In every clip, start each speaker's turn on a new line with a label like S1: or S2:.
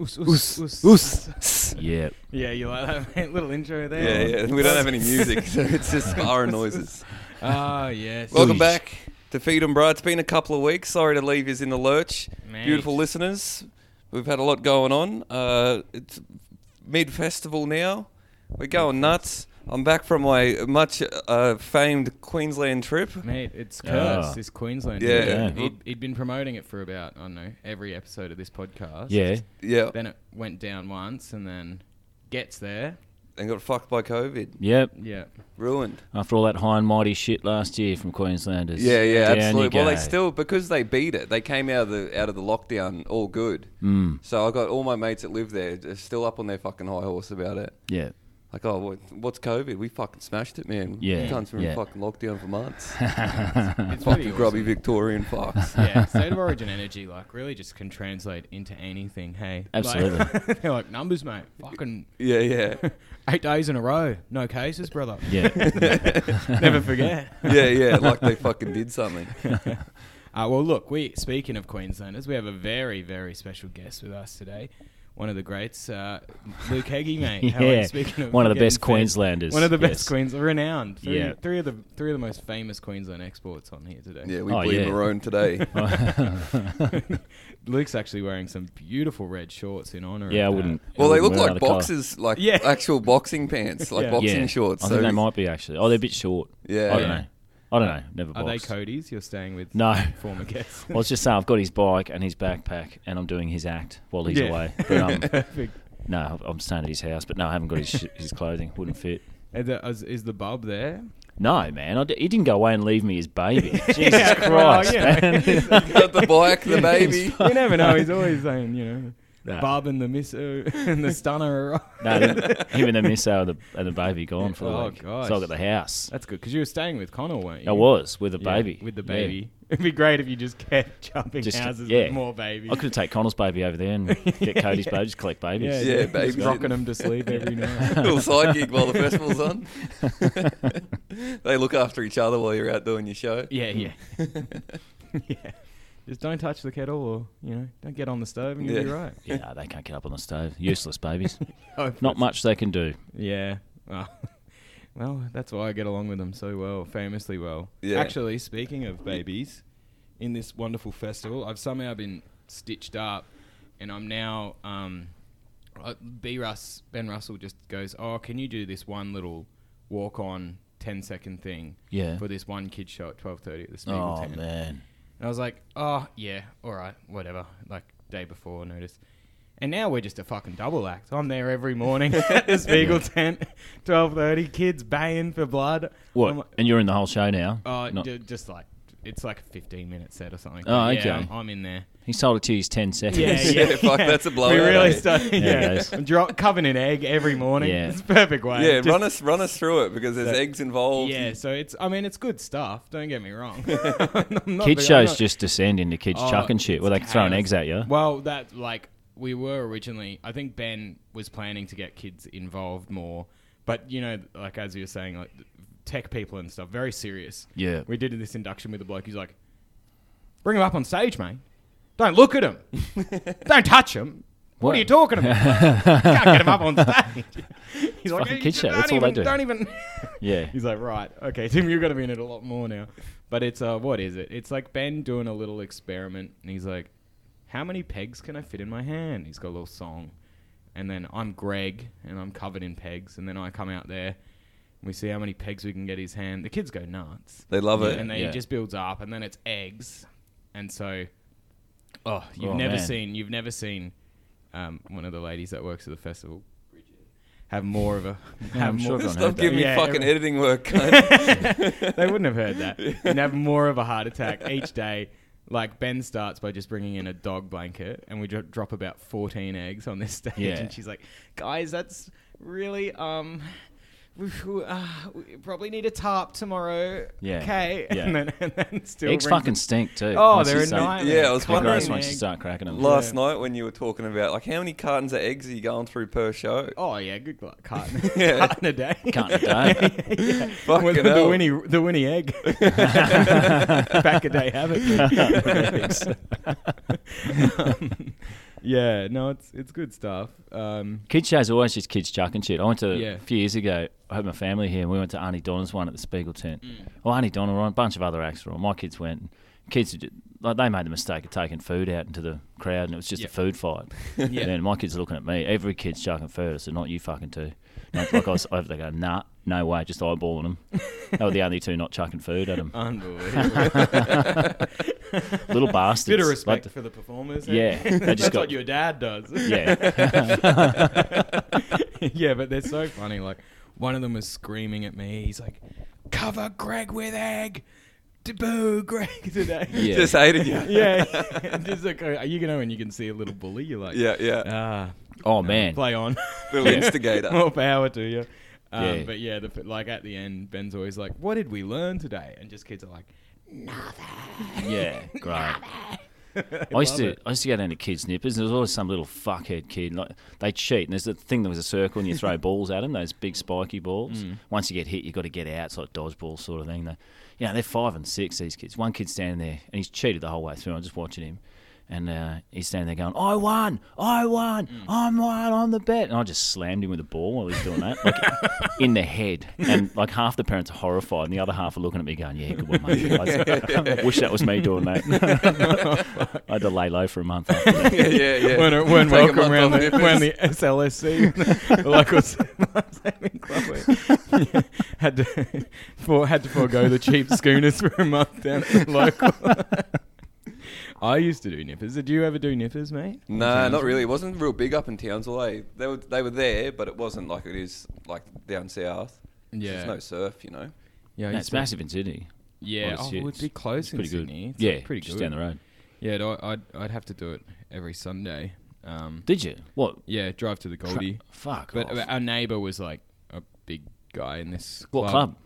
S1: Oos,
S2: Oos,
S1: oos, oos.
S2: oos, s.
S3: Yeah.
S1: Yeah, you like that man? little intro
S2: Yeah,
S1: there.
S2: yeah. We don't have any music, so it's just our noises.
S1: Ah, yes.
S2: Welcome
S3: Jeez.
S2: back to Feed 'em, Bruh. It's been a couple of weeks. Sorry to leave you in the lurch.
S1: Mate.
S2: Beautiful listeners, we've had a lot going on. Uh, it's mid festival now. We're going nuts. I'm back from my much uh, famed Queensland trip.
S1: Mate, it's
S3: Yeah.
S1: cursed. This Queensland.
S2: Yeah.
S1: dude.
S2: Yeah.
S1: He'd, he'd been promoting it for about, I don't know, every episode of this podcast.
S3: Yeah.
S2: Yeah,
S1: Then it went down once and then gets there.
S2: and got fucked by COVID.
S3: Yep.
S1: Yeah.
S2: Ruined.
S3: After all that high and mighty shit last year from Queenslanders.
S2: Yeah, yeah,
S3: Down you
S2: absolutely. Well, they
S3: go.
S2: still because they beat it. They came out of the out of the lockdown all good.
S3: Mm,
S2: So I got all my mates that live there they're still up on their fucking high horse about it.
S3: yeah.
S2: Like, oh, what, what's COVID? We fucking smashed it, man.
S3: Yeah,
S2: Cunts were in
S3: yeah.
S2: fucking lockdown for months.
S1: It's pretty
S2: fucking grubby
S1: awesome.
S2: Victorian fox.
S1: yeah, state of origin energy, like, really just can translate into anything, hey? Like-
S3: Absolutely.
S1: they're like, numbers, mate. Fucking
S2: yeah, yeah,
S1: eight days in a row. No cases, brother.
S3: Yeah.
S1: Never forget.
S2: yeah, yeah. Like they fucking did something.
S1: Uh, well, look, we speaking of Queenslanders, we have a very, very special guest with us today. One of the greats, uh, Luke Heggie, mate. How are you?
S3: Yeah,
S1: Speaking of
S3: one of the
S1: getting
S3: best Queenslanders,
S1: One of the
S3: yes.
S1: best Queenslanders, renowned. Three,
S3: Yeah.
S1: three of the three of the most famous Queensland exports on here today.
S2: Yeah, we
S3: Oh,
S2: bleed
S3: yeah.
S2: maroon today.
S1: Luke's actually wearing some beautiful red shorts in honor.
S3: yeah, I
S1: of that.
S3: wouldn't. I
S2: Well, they
S3: wouldn't
S2: look
S3: wear
S2: like
S3: another colour.
S2: boxes, like
S1: Yeah.
S2: actual boxing pants, like
S1: Yeah.
S2: boxing
S3: yeah.
S2: shorts.
S3: I
S2: so
S3: think they might be actually. Oh, they're a bit short.
S2: Yeah.
S3: I
S1: Yeah.
S3: don't know. I don't know. Never
S1: Are they
S3: boxed.
S1: Cody's? You're staying with
S3: No.
S1: former guests.
S3: I was just saying, I've got his bike and his backpack, and I'm doing his act while he's
S1: Yeah.
S3: away. But, um,
S1: Perfect.
S3: no, I'm staying at his house, but no, I haven't got his, sh- his clothing. Wouldn't fit.
S1: Is the, is, is the bub there?
S3: No, man, I d- he didn't go away and leave me his baby. Jesus
S1: Yeah, well,
S3: Christ,
S1: yeah.
S3: man.
S2: Got the bike, the baby.
S1: You never know. He's always saying, you know,
S3: Nah.
S1: Bob and the miss uh, and the stunner. Are
S3: no, him and the misso and the, and the baby gone for the
S1: Oh,
S3: week.
S1: gosh.
S3: So I got the house.
S1: That's good because you were staying with Connor, weren't you?
S3: I was with a
S1: Yeah,
S3: baby.
S1: With the
S3: Yeah.
S1: baby. It'd be great if you just kept jumping
S3: Just-
S1: houses
S3: yeah.
S1: with more babies.
S3: I could take Connor's baby over there and get Cody's baby, just collect babies.
S1: yeah,
S2: Yeah,
S1: yeah,
S2: babies.
S1: just rocking them to sleep every night.
S2: Little side gig while the festival's on. they look after each other while you're out doing your show.
S1: Yeah, yeah, yeah. Just don't touch the kettle, or you know, don't get on the stove, and you'll be
S2: Yeah.
S1: right.
S3: Yeah, they can't get up on the stove. Useless babies.
S1: Oh,
S3: Not much they can do.
S1: Yeah. Well, well, that's why I get along with them so well, famously well.
S2: Yeah.
S1: Actually, speaking of babies, in this wonderful festival, I've somehow been stitched up, and I'm now. Um, uh, B. Russ Ben Russell just goes, "Oh, can you do this one little walk-on 10-second thing
S3: Yeah.
S1: for this one kid show at twelve thirty at the
S3: Oh,
S1: Spiegelton?"
S3: man.
S1: And I was like, oh, yeah, all right, whatever. Like, day before notice. And now we're just a fucking double act. I'm there every morning at the Spiegel tent, 12.30, kids baying for blood.
S3: What?
S1: I'm like,
S3: and you're in the whole show now?
S1: uh,
S3: Not-
S1: ju- just like, it's like a 15-minute set or something.
S3: Oh,
S1: Yeah,
S3: okay.
S1: I'm, I'm in there.
S3: he sold it to you, he's 10 seconds.
S2: yeah. fuck, that's a blowout,
S1: We really
S2: eh?
S1: started,
S3: Yeah,
S1: yeah.
S3: guys.
S1: I'm Drop, covered in egg every morning.
S3: Yeah.
S1: It's a perfect way.
S2: Yeah,
S1: Just-
S2: run us run us through it because there's
S1: So-
S2: eggs involved.
S1: Yeah, so it's, I mean, it's good stuff. Don't get me wrong. I'm not
S3: Kids
S1: the- I'm
S3: shows
S1: not-
S3: just descend into kids
S1: Oh,
S3: chucking shit. Well, they
S1: it's
S3: throwing
S1: chaos.
S3: eggs at you.
S1: Well, that like we were originally. I think Ben was planning to get kids involved more, but you know, like as you were saying, like tech people and stuff, very serious.
S3: Yeah.
S1: we did this induction with a bloke. He's like, "Bring him up on stage, mate. Don't look at him. Don't touch him." What?
S3: What?
S1: are you talking about? Can't get him up on stage. He's like,
S3: fucking
S1: "Hey,
S3: kid show.
S1: don't
S3: That's all they
S1: even-
S3: do."
S1: Don't even.
S3: Yeah.
S1: He's like, right, okay, Tim, you're gonna be in it a lot more now. But it's uh, what is it? It's like Ben doing a little experiment, and he's like, how many pegs can I fit in my hand? He's got a little song, and then I'm Greg, and I'm covered in pegs, and then I come out there, and we see how many pegs we can get his hand. The kids go nuts,
S2: They love it.
S1: and then
S3: yeah.
S1: he just builds up, and then it's eggs, and so, oh, you've
S3: Oh,
S1: never
S3: man.
S1: seen, you've never seen, um, one of the ladies that works at the festival. Have more of a have
S3: I'm
S1: more
S3: sure I've gone
S2: Stop
S3: that.
S2: giving me
S1: Yeah,
S2: fucking
S1: every-
S2: editing work. cunt.
S1: they wouldn't have heard that. And have more of a heart attack each day. Like Ben starts by just bringing in a dog blanket, and we dro- drop about fourteen eggs on this stage.
S3: Yeah.
S1: And she's like, "Guys, that's really um, we, we- uh, we probably need a tarp tomorrow."
S3: Yeah.
S1: Okay.
S3: Yeah.
S1: And then, and then still
S3: Eggs
S1: brings
S3: fucking stink too.
S1: Oh,
S3: once
S1: they're
S3: you
S1: a
S3: start-
S1: nightmare.
S2: Yeah, I was
S3: They're
S1: Covered
S3: gross
S1: in
S3: once you
S1: egg.
S3: start cracking them.
S2: Last
S1: Yeah.
S2: night when you were talking about like how many cartons of eggs are you going through per show?
S1: Oh yeah, good luck. Carton,
S2: Yeah.
S1: carton a day.
S3: Carton a day.
S1: yeah, yeah, yeah.
S2: Fucking
S1: With the,
S2: hell.
S1: Winnie, the Winnie egg. Back a day habit.
S3: Eggs.
S1: Um, yeah, no, it's it's good stuff. Um,
S3: Kids shows are always just kids chucking shit. I went to
S1: Yeah.
S3: a few years ago. I had my family here. and We went to Auntie Donna's one at the Spiegel tent.
S1: Mm.
S3: Well, Auntie Donna were on a bunch of other acts were on. My kids went. and Kids are ju- like they made the mistake of taking food out into the crowd, and it was just
S1: Yeah.
S3: a food fight.
S1: Yeah.
S3: And then my kids are looking at me. Every kid's chucking food. I said, "Not you fucking two. And it's like I was, I- they go, "Nah, no way." Just eyeballing them. They were the only two not chucking food at them.
S1: Unbelievable.
S3: Little bastards.
S1: Bit of
S3: Like
S1: respect
S3: the-
S1: for the performers. eh?
S3: Yeah, they
S1: that's
S3: just got-
S1: what your dad does.
S3: Yeah.
S1: yeah, but they're so funny. Like one of them was screaming at me. He's like, "Cover Greg with egg, taboo Greg today."
S3: Yeah.
S2: Just hated you.
S1: yeah. Just like uh, you know, when you can see a little bully, you're like,
S2: yeah, yeah.
S1: ah,
S3: oh man.
S1: play on,
S2: Little instigator.
S1: More power to you. Um,
S3: Yeah.
S1: But yeah, the, like at the end, Ben's always like, "What did we learn today?" And just kids are like,
S3: Yeah, great.
S1: "I
S3: I used
S1: love
S3: to
S1: it."
S3: I used to go down to kids' nippers, and there was always some little fuckhead kid. Like they cheat, and there's the thing that was a circle, and you throw balls at them, those big spiky balls.
S1: Mm.
S3: Once you get hit, you got to get out. It's like dodgeball sort of thing. They, you know, they're five and six. These kids. One kid's standing there, and he's cheated the whole way through. I'm just watching him, and uh, he's standing there going, "I won! I won!
S1: Mm.
S3: I'm won! I'm the bet!" And I just slammed him with a ball while he's doing that, like in the head. And like half the parents are horrified, and the other half are looking at me going, "Yeah, good one, mate." I wish that was me doing that. I had to lay low for a month. After that.
S2: yeah, yeah, yeah.
S1: when, when
S2: Take a
S1: welcome
S2: month
S1: around the,
S2: off nippers.
S1: around the SLSC, the local sailing club, we had to for, had to forego the cheap schooners for a month down at the local. I used to do nippers. Did you ever do nippers, mate?
S2: Nah, not really. It wasn't real big up in Townsville. Eh? They were they were there, but it wasn't like it is like down south.
S1: Yeah,
S2: There's no surf, you know.
S1: yeah, I
S3: No,
S1: used
S3: it's
S1: to-
S3: massive in Sydney.
S1: Yeah,
S3: Well,
S1: oh,
S3: it's
S1: it would
S3: huge.
S1: be close
S3: It's
S1: in
S3: pretty good.
S1: Sydney. It's
S3: yeah,
S1: pretty
S3: just
S1: good.
S3: down the road.
S1: Yeah, I'd, I'd I'd have to do it every Sunday. Um,
S3: Did you? What?
S1: yeah, drive to the Goldie.
S3: Fuck.
S1: But uh,
S3: off.
S1: our neighbour was like a big guy in this
S3: what
S1: club.
S3: club?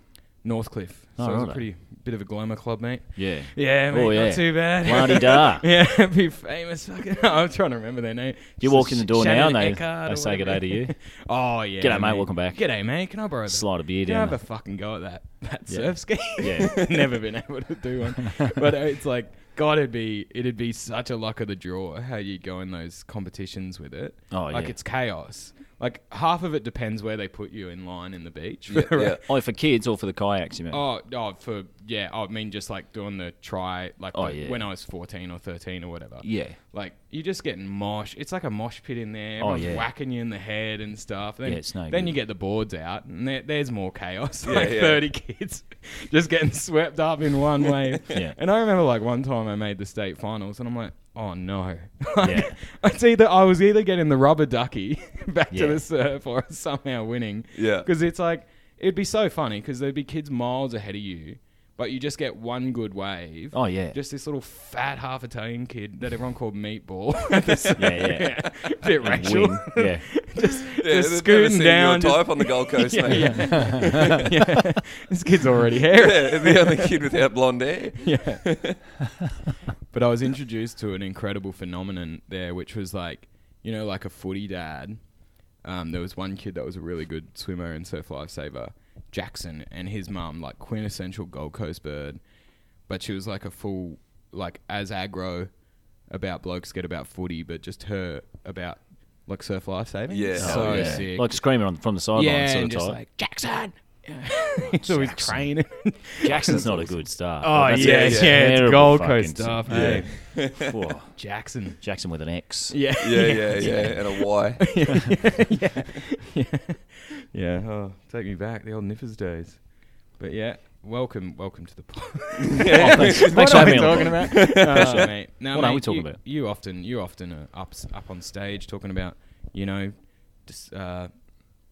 S1: Northcliff. So
S3: Oh,
S1: it was a
S3: righto.
S1: pretty bit of a glamour club, mate.
S3: Yeah.
S1: Yeah, mate,
S3: Oh, yeah.
S1: not too bad.
S3: Bloody da.
S1: yeah, be famous. Fucking, I'm trying to remember their name.
S3: You walk in the door now and they-
S1: Eckhard
S3: they
S1: or
S3: say good
S1: whatever.
S3: day to you.
S1: oh yeah,
S3: G'day, mate, welcome back.
S1: G'day, mate. Can I borrow that?
S3: Slide a beer
S1: Can I
S3: down
S1: have a fucking go at that that
S3: Yeah.
S1: surf ski?
S3: Yeah.
S1: never been able to do one. But uh, it's like God, it'd be it'd be such a luck of the draw how you go in those competitions with it.
S3: Oh,
S1: like
S3: yeah.
S1: it's chaos. Like half of it depends where they put you in line in the beach.
S2: Yeah, yeah.
S3: Oh, for kids or for the kayaks, you mean?
S1: Oh, oh, for yeah. I mean, just like doing the try, like
S3: Oh,
S1: the-
S3: yeah.
S1: when I was fourteen or thirteen or whatever.
S3: Yeah.
S1: Like you're just getting mosh. It's like a mosh pit in there.
S3: Oh,
S1: Everyone's
S3: yeah.
S1: whacking you in the head and stuff. Then,
S3: Yeah, it's no
S1: Then
S3: good.
S1: you get the boards out, and there, there's more chaos.
S2: Yeah,
S1: like
S2: yeah.
S1: thirty kids just getting swept up in one wave.
S3: Yeah.
S1: And I remember like one time I made the state finals, and I'm like, oh no. Like,
S3: Yeah.
S1: It's either I was either getting the rubber ducky back
S3: Yeah.
S1: to the surf or somehow winning.
S2: Yeah.
S1: Because it's like it'd be so funny because there'd be kids miles ahead of you, but you just get one good wave.
S3: Oh, yeah.
S1: Just this little fat half Italian kid that everyone called Meatball. This-
S3: Yeah, yeah.
S1: Bit
S3: And
S1: racial.
S3: win. Yeah.
S1: just just
S2: Yeah, they've never
S1: scooting
S2: seen
S1: down.
S2: Your
S1: just-
S2: type on the Gold Coast,
S1: yeah,
S2: mate.
S1: yeah. Yeah. This kid's already hairy.
S2: Yeah, the only kid without blonde hair.
S1: yeah. but I was introduced to an incredible phenomenon there, which was like, you know, like a footy dad. Um, there was one kid that was a really good swimmer and surf lifesaver, Jackson, and his mum, like quintessential Gold Coast bird, but she was like a full, like as aggro about blokes get about footy, but just her about like surf lifesaving.
S2: Yeah.
S3: Oh,
S1: so
S3: yeah.
S1: sick.
S3: Like screaming on, from the sideline
S1: yeah,
S3: sort
S1: and
S3: of
S1: just
S3: type.
S1: like Jackson. He's always
S3: Jackson.
S1: training.
S3: Jackson's not a good start.
S1: Oh
S3: That's a
S1: yeah, yeah, it's
S3: terrible
S1: Gold
S3: fucking
S1: Coast stuff.
S3: start.
S1: Hey.
S3: Whoa.
S1: Jackson.
S3: Jackson with an X.
S1: Yeah,
S2: Yeah, yeah, yeah, and a Y.
S1: yeah, yeah, yeah. Oh, take me back the old Niffers days. But yeah, welcome, welcome to the pod.
S3: Oh, thanks- thanks for having me on the
S1: about? Uh, mate, now,
S3: What are we
S1: mate,
S3: talking
S1: you-
S3: about?
S1: You often, you often are up up on stage talking about, you know, dis, uh,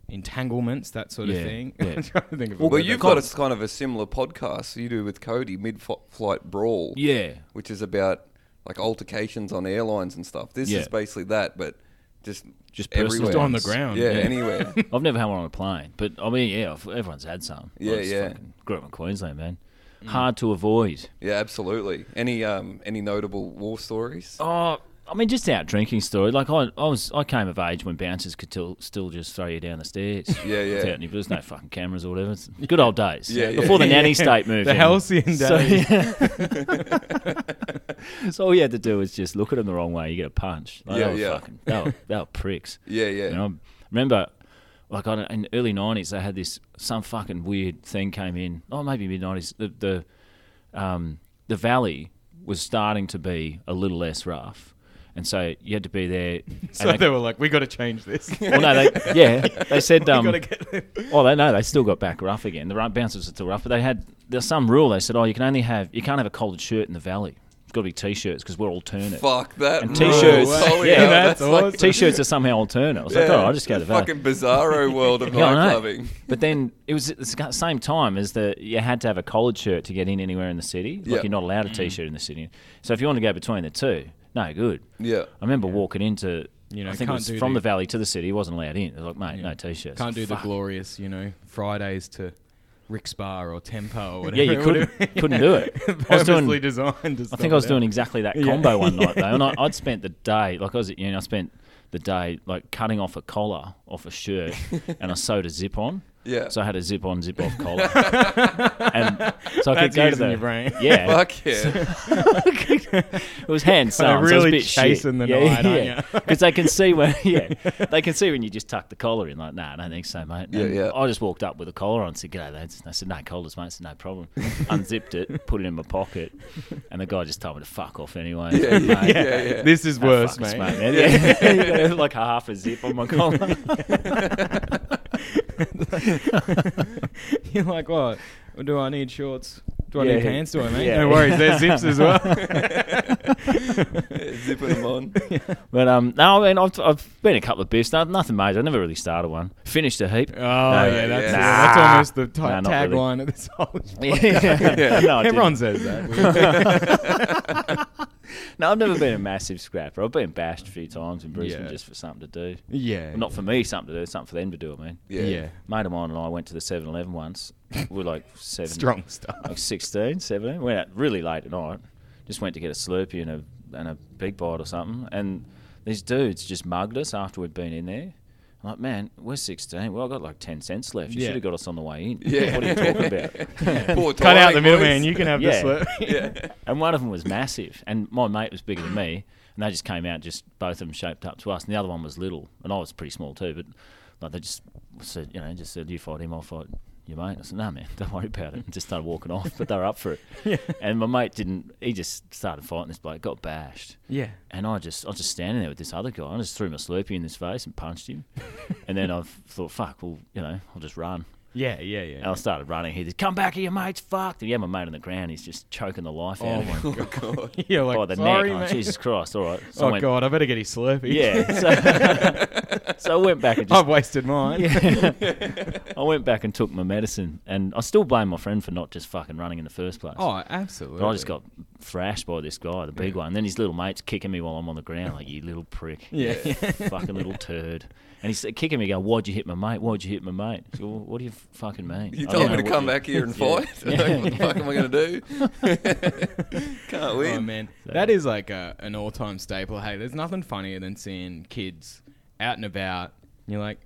S1: entanglements, that sort of
S3: Yeah,
S1: thing.
S3: yeah.
S1: I'm trying to think of. a
S2: Well,
S1: word
S2: you've
S1: that-
S2: got a s- kind of a similar podcast you do with Cody, Mid Flight Brawl,
S3: Yeah.
S2: which is about like altercations on airlines and stuff. This
S3: Yeah.
S2: is basically that, but just
S3: Just personal
S2: everywhere
S1: Just on the
S3: ones.
S1: ground.
S2: Yeah, anywhere.
S3: I've never had one on a plane, but I mean, yeah, I've- everyone's had some.
S2: Yeah,
S3: just
S2: yeah. Mm.
S3: fucking Grew up in Queensland, man. Hard to avoid.
S2: yeah, absolutely. Any um any notable war stories?
S3: Oh, I mean, just out drinking story. Like I, I was, I came of age when bouncers could till, still just throw you down the stairs.
S2: Yeah, yeah.
S3: Without any- There's no fucking cameras or whatever. It's good old days.
S2: Yeah, yeah.
S3: Before the
S1: Yeah.
S3: nanny state moved.
S1: The
S3: in.
S1: halcyon days.
S3: So, yeah. so all you had to do was just look at them the wrong way. You get a punch. Like,
S2: Yeah,
S3: they were
S2: yeah.
S3: Fucking, they, were, they were pricks.
S2: Yeah, yeah.
S3: You know, I remember, like I don't, in the early '90s, they had this some fucking weird thing came in. Oh, maybe mid '90s. The the um, the valley was starting to be a little less rough, and so you had to be there.
S1: So
S3: and
S1: they were like, we got to change this.
S3: they, well, no, they, yeah, they said
S1: we
S3: um,
S1: got to get them.
S3: Oh, they no, they still got back rough again. The run- bouncers are still rough, but they had there's some rule. They said, oh, you can only have you can't have a collared shirt in the valley. It's got to be t-shirts because we're alternate.
S2: Fuck that.
S3: And
S2: rule.
S3: t-shirts.
S2: Holy
S3: Yeah,
S2: hell,
S1: Oh, that's
S2: like-
S1: awesome.
S3: T-shirts are somehow alternate. I was like,
S2: Yeah.
S3: oh, I'll just go to the valley.
S2: Fucking bizarro world of
S3: Yeah, I know.
S2: nightclubbing.
S3: But then it was at the sc- same time as the you had to have a collared shirt to get in anywhere in the city. Like
S2: Yeah.
S3: you're not allowed a t-shirt in the city. So if you want to go between the two, no good.
S2: Yeah.
S3: I remember walking into
S1: You know,
S3: I think it
S1: can't
S3: was
S1: do
S3: from
S1: the-
S3: the valley to the city. It wasn't allowed in. They're like, mate, no t-shirts.
S1: Can't do the
S3: Fuck.
S1: glorious, you know, Fridays to Rick's Bar or Tempo or whatever.
S3: Yeah, you couldn't couldn't do it. I was
S1: Purposely
S3: doing
S1: designed. To
S3: I think I was doing exactly that combo one night though, and I, I'd spent the day like I was at uni. I spent the day like cutting off a collar off a shirt, and I sewed a zip on.
S2: Yeah.
S3: So I had a zip on, zip off collar, and so I could
S1: That's
S3: go to
S1: using
S3: the
S1: your brain.
S3: Yeah,
S2: Fuck yeah.
S3: it was hand sewn. so it was a
S1: really
S3: bit shit.
S1: chasing the night, aren't you?
S3: Because they can see when, yeah, they can see when you just tuck the collar in. Like, nah, I don't think so, mate.
S2: Yeah,
S3: And
S2: yeah.
S3: I just walked up with a collar on, and said, "G'day, lads." And I said, "No collars, mate. I said, no problem." Unzipped it, put it in my pocket, and the guy just told me to fuck off anyway.
S2: Yeah, yeah,
S3: Mate,
S2: yeah, yeah.
S1: This is
S3: that
S1: worse, mate.
S3: fucker's smart, man. Yeah. You gotta have, like half a zip on my collar.
S1: You're like, what? Do I need shorts? Do I
S3: Yeah.
S1: need pants? Do I, mate?
S3: Yeah.
S1: No worries. There's zips as well.
S2: Yeah, Zipping them on.
S3: But um, no, I mean, I've, I've been a couple of beers, no, nothing major. I never really started one. Finished a heap.
S1: Oh, yeah, that's,
S2: yeah.
S1: that's
S3: Nah.
S1: almost the t-
S3: Nah, not really.
S1: tagline of this whole
S3: Yeah. No, I didn't.
S1: Everyone says that.
S3: No, I've never been a massive scrapper. I've been bashed a few times in Brisbane
S1: Yeah.
S3: just for something to do.
S1: yeah.
S3: Well, not for me, something to do. Something for them to do. I mean,
S2: Yeah.
S1: yeah.
S3: mate of mine and I went to the 7-Eleven once. we were like seven,
S1: Strong stuff.
S3: like 16, 17. Went out really late at night. Just went to get a Slurpee and a and a big bite or something. And these dudes just mugged us after we'd been in there. I'm like, man, we're 16. Well, I got like 10 cents left. You
S1: Yeah.
S3: should have got us on the way in.
S2: Yeah.
S3: What are you talking about?
S2: Poor
S1: Cut out the
S2: timing,
S1: middleman.
S2: boys.
S1: You can have
S3: Yeah.
S1: this one.
S2: Yeah.
S3: And one of them was massive, and my mate was bigger than me, and they just came out just both of them shaped up to us, and the other one was little, and I was pretty small too, but like they just said, you know, just said you fight him, I'll fight your mate. I said, no man, don't worry about it, and just started walking off, but they were up for it.
S1: Yeah.
S3: And my mate didn't, he just started fighting this bloke, got bashed.
S1: Yeah.
S3: And I just, I was just standing there with this other guy. I just threw my Slurpee in his face and punched him. and then I thought, fuck, well, you know, I'll just run.
S1: Yeah, yeah,
S3: And
S1: yeah.
S3: I started running. He said, "Come back here, your mate's fucked." And he had my mate on the ground. He's just choking the life out of him
S2: Oh, God.
S1: You're like,
S3: by the
S1: sorry,
S3: neck.
S1: mate.
S3: Oh, Jesus Christ! All right. So I
S1: oh,
S3: went-
S1: God, I better get his Slurpee.
S3: Yeah. So, so I went back and
S1: I've
S3: just,
S1: wasted mine.
S3: I went back and took my medicine, and I still blame my friend for not just fucking running in the first place.
S1: Oh, absolutely.
S3: But I just got thrashed by this guy, the big one. And then his little mate's kicking me while I'm on the ground, like, you little prick.
S1: Yeah.
S3: You fucking little turd. And he's kicking me, going, why'd you hit my mate? Why'd you hit my mate? I said, well, what do you fucking mean?
S1: Oh,
S2: You
S3: I
S2: told
S3: don't know
S2: me to
S3: what
S2: come
S3: you-
S2: back here and
S3: Yeah.
S2: fight. Like, what the fuck am I going to do? Can't win.
S1: Oh man, that is like a, an all-time staple. Hey, there's nothing funnier than seeing kids out and about. And you're like,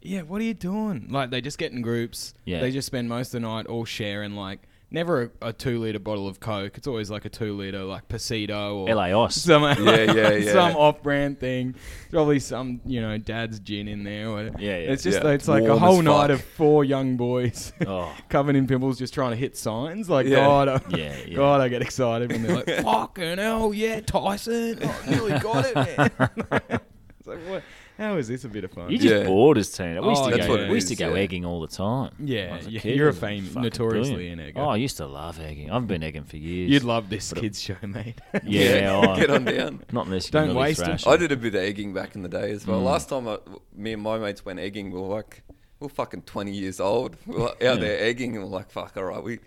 S1: yeah, what are you doing? Like they just get in groups.
S3: Yeah.
S1: They just spend most of the night all sharing like never a, a two-liter bottle of Coke. It's always like a two-liter like Pasito or
S3: LA Os.
S1: Some,
S2: Yeah, yeah, yeah.
S1: some off-brand thing. Probably some you know dad's gin in there. Or whatever.
S3: Yeah, yeah.
S1: It's just
S2: Yeah.
S1: it's like a
S2: Warm as
S1: whole night
S2: fuck.
S1: of four young boys
S3: Oh.
S1: covered in pimples, just trying to hit signs. Like
S2: Yeah.
S1: God, I,
S3: Yeah, yeah.
S1: God, I get excited when they're like, "Fucking hell, yeah, Tyson, oh, nearly got it, man." it's like, what? How is this a bit of fun?
S3: You just
S2: Yeah.
S3: bored as teen. We used
S1: Oh,
S3: to
S1: that's
S3: go,
S1: what it
S3: we used to
S2: is,
S3: go
S2: yeah.
S3: egging all the time.
S1: Yeah,
S3: When I was
S1: yeah,
S3: kid,
S1: you're a
S3: it was
S1: fame-
S3: fucking
S1: notoriously
S3: brilliant.
S1: an egger.
S3: Oh, I used to love egging. I've been egging for years.
S1: You'd love this kids show, mate.
S3: yeah. oh. I-
S2: Get on down.
S3: Not unless you
S1: Don't
S3: can really
S1: waste 'em.
S3: thrash
S2: I did a bit of egging back in the day as well.
S1: Mm.
S2: Last time I, me and my mates went egging, we were like, we are fucking 20 years old. We were out there egging and we're like, fuck, all right, we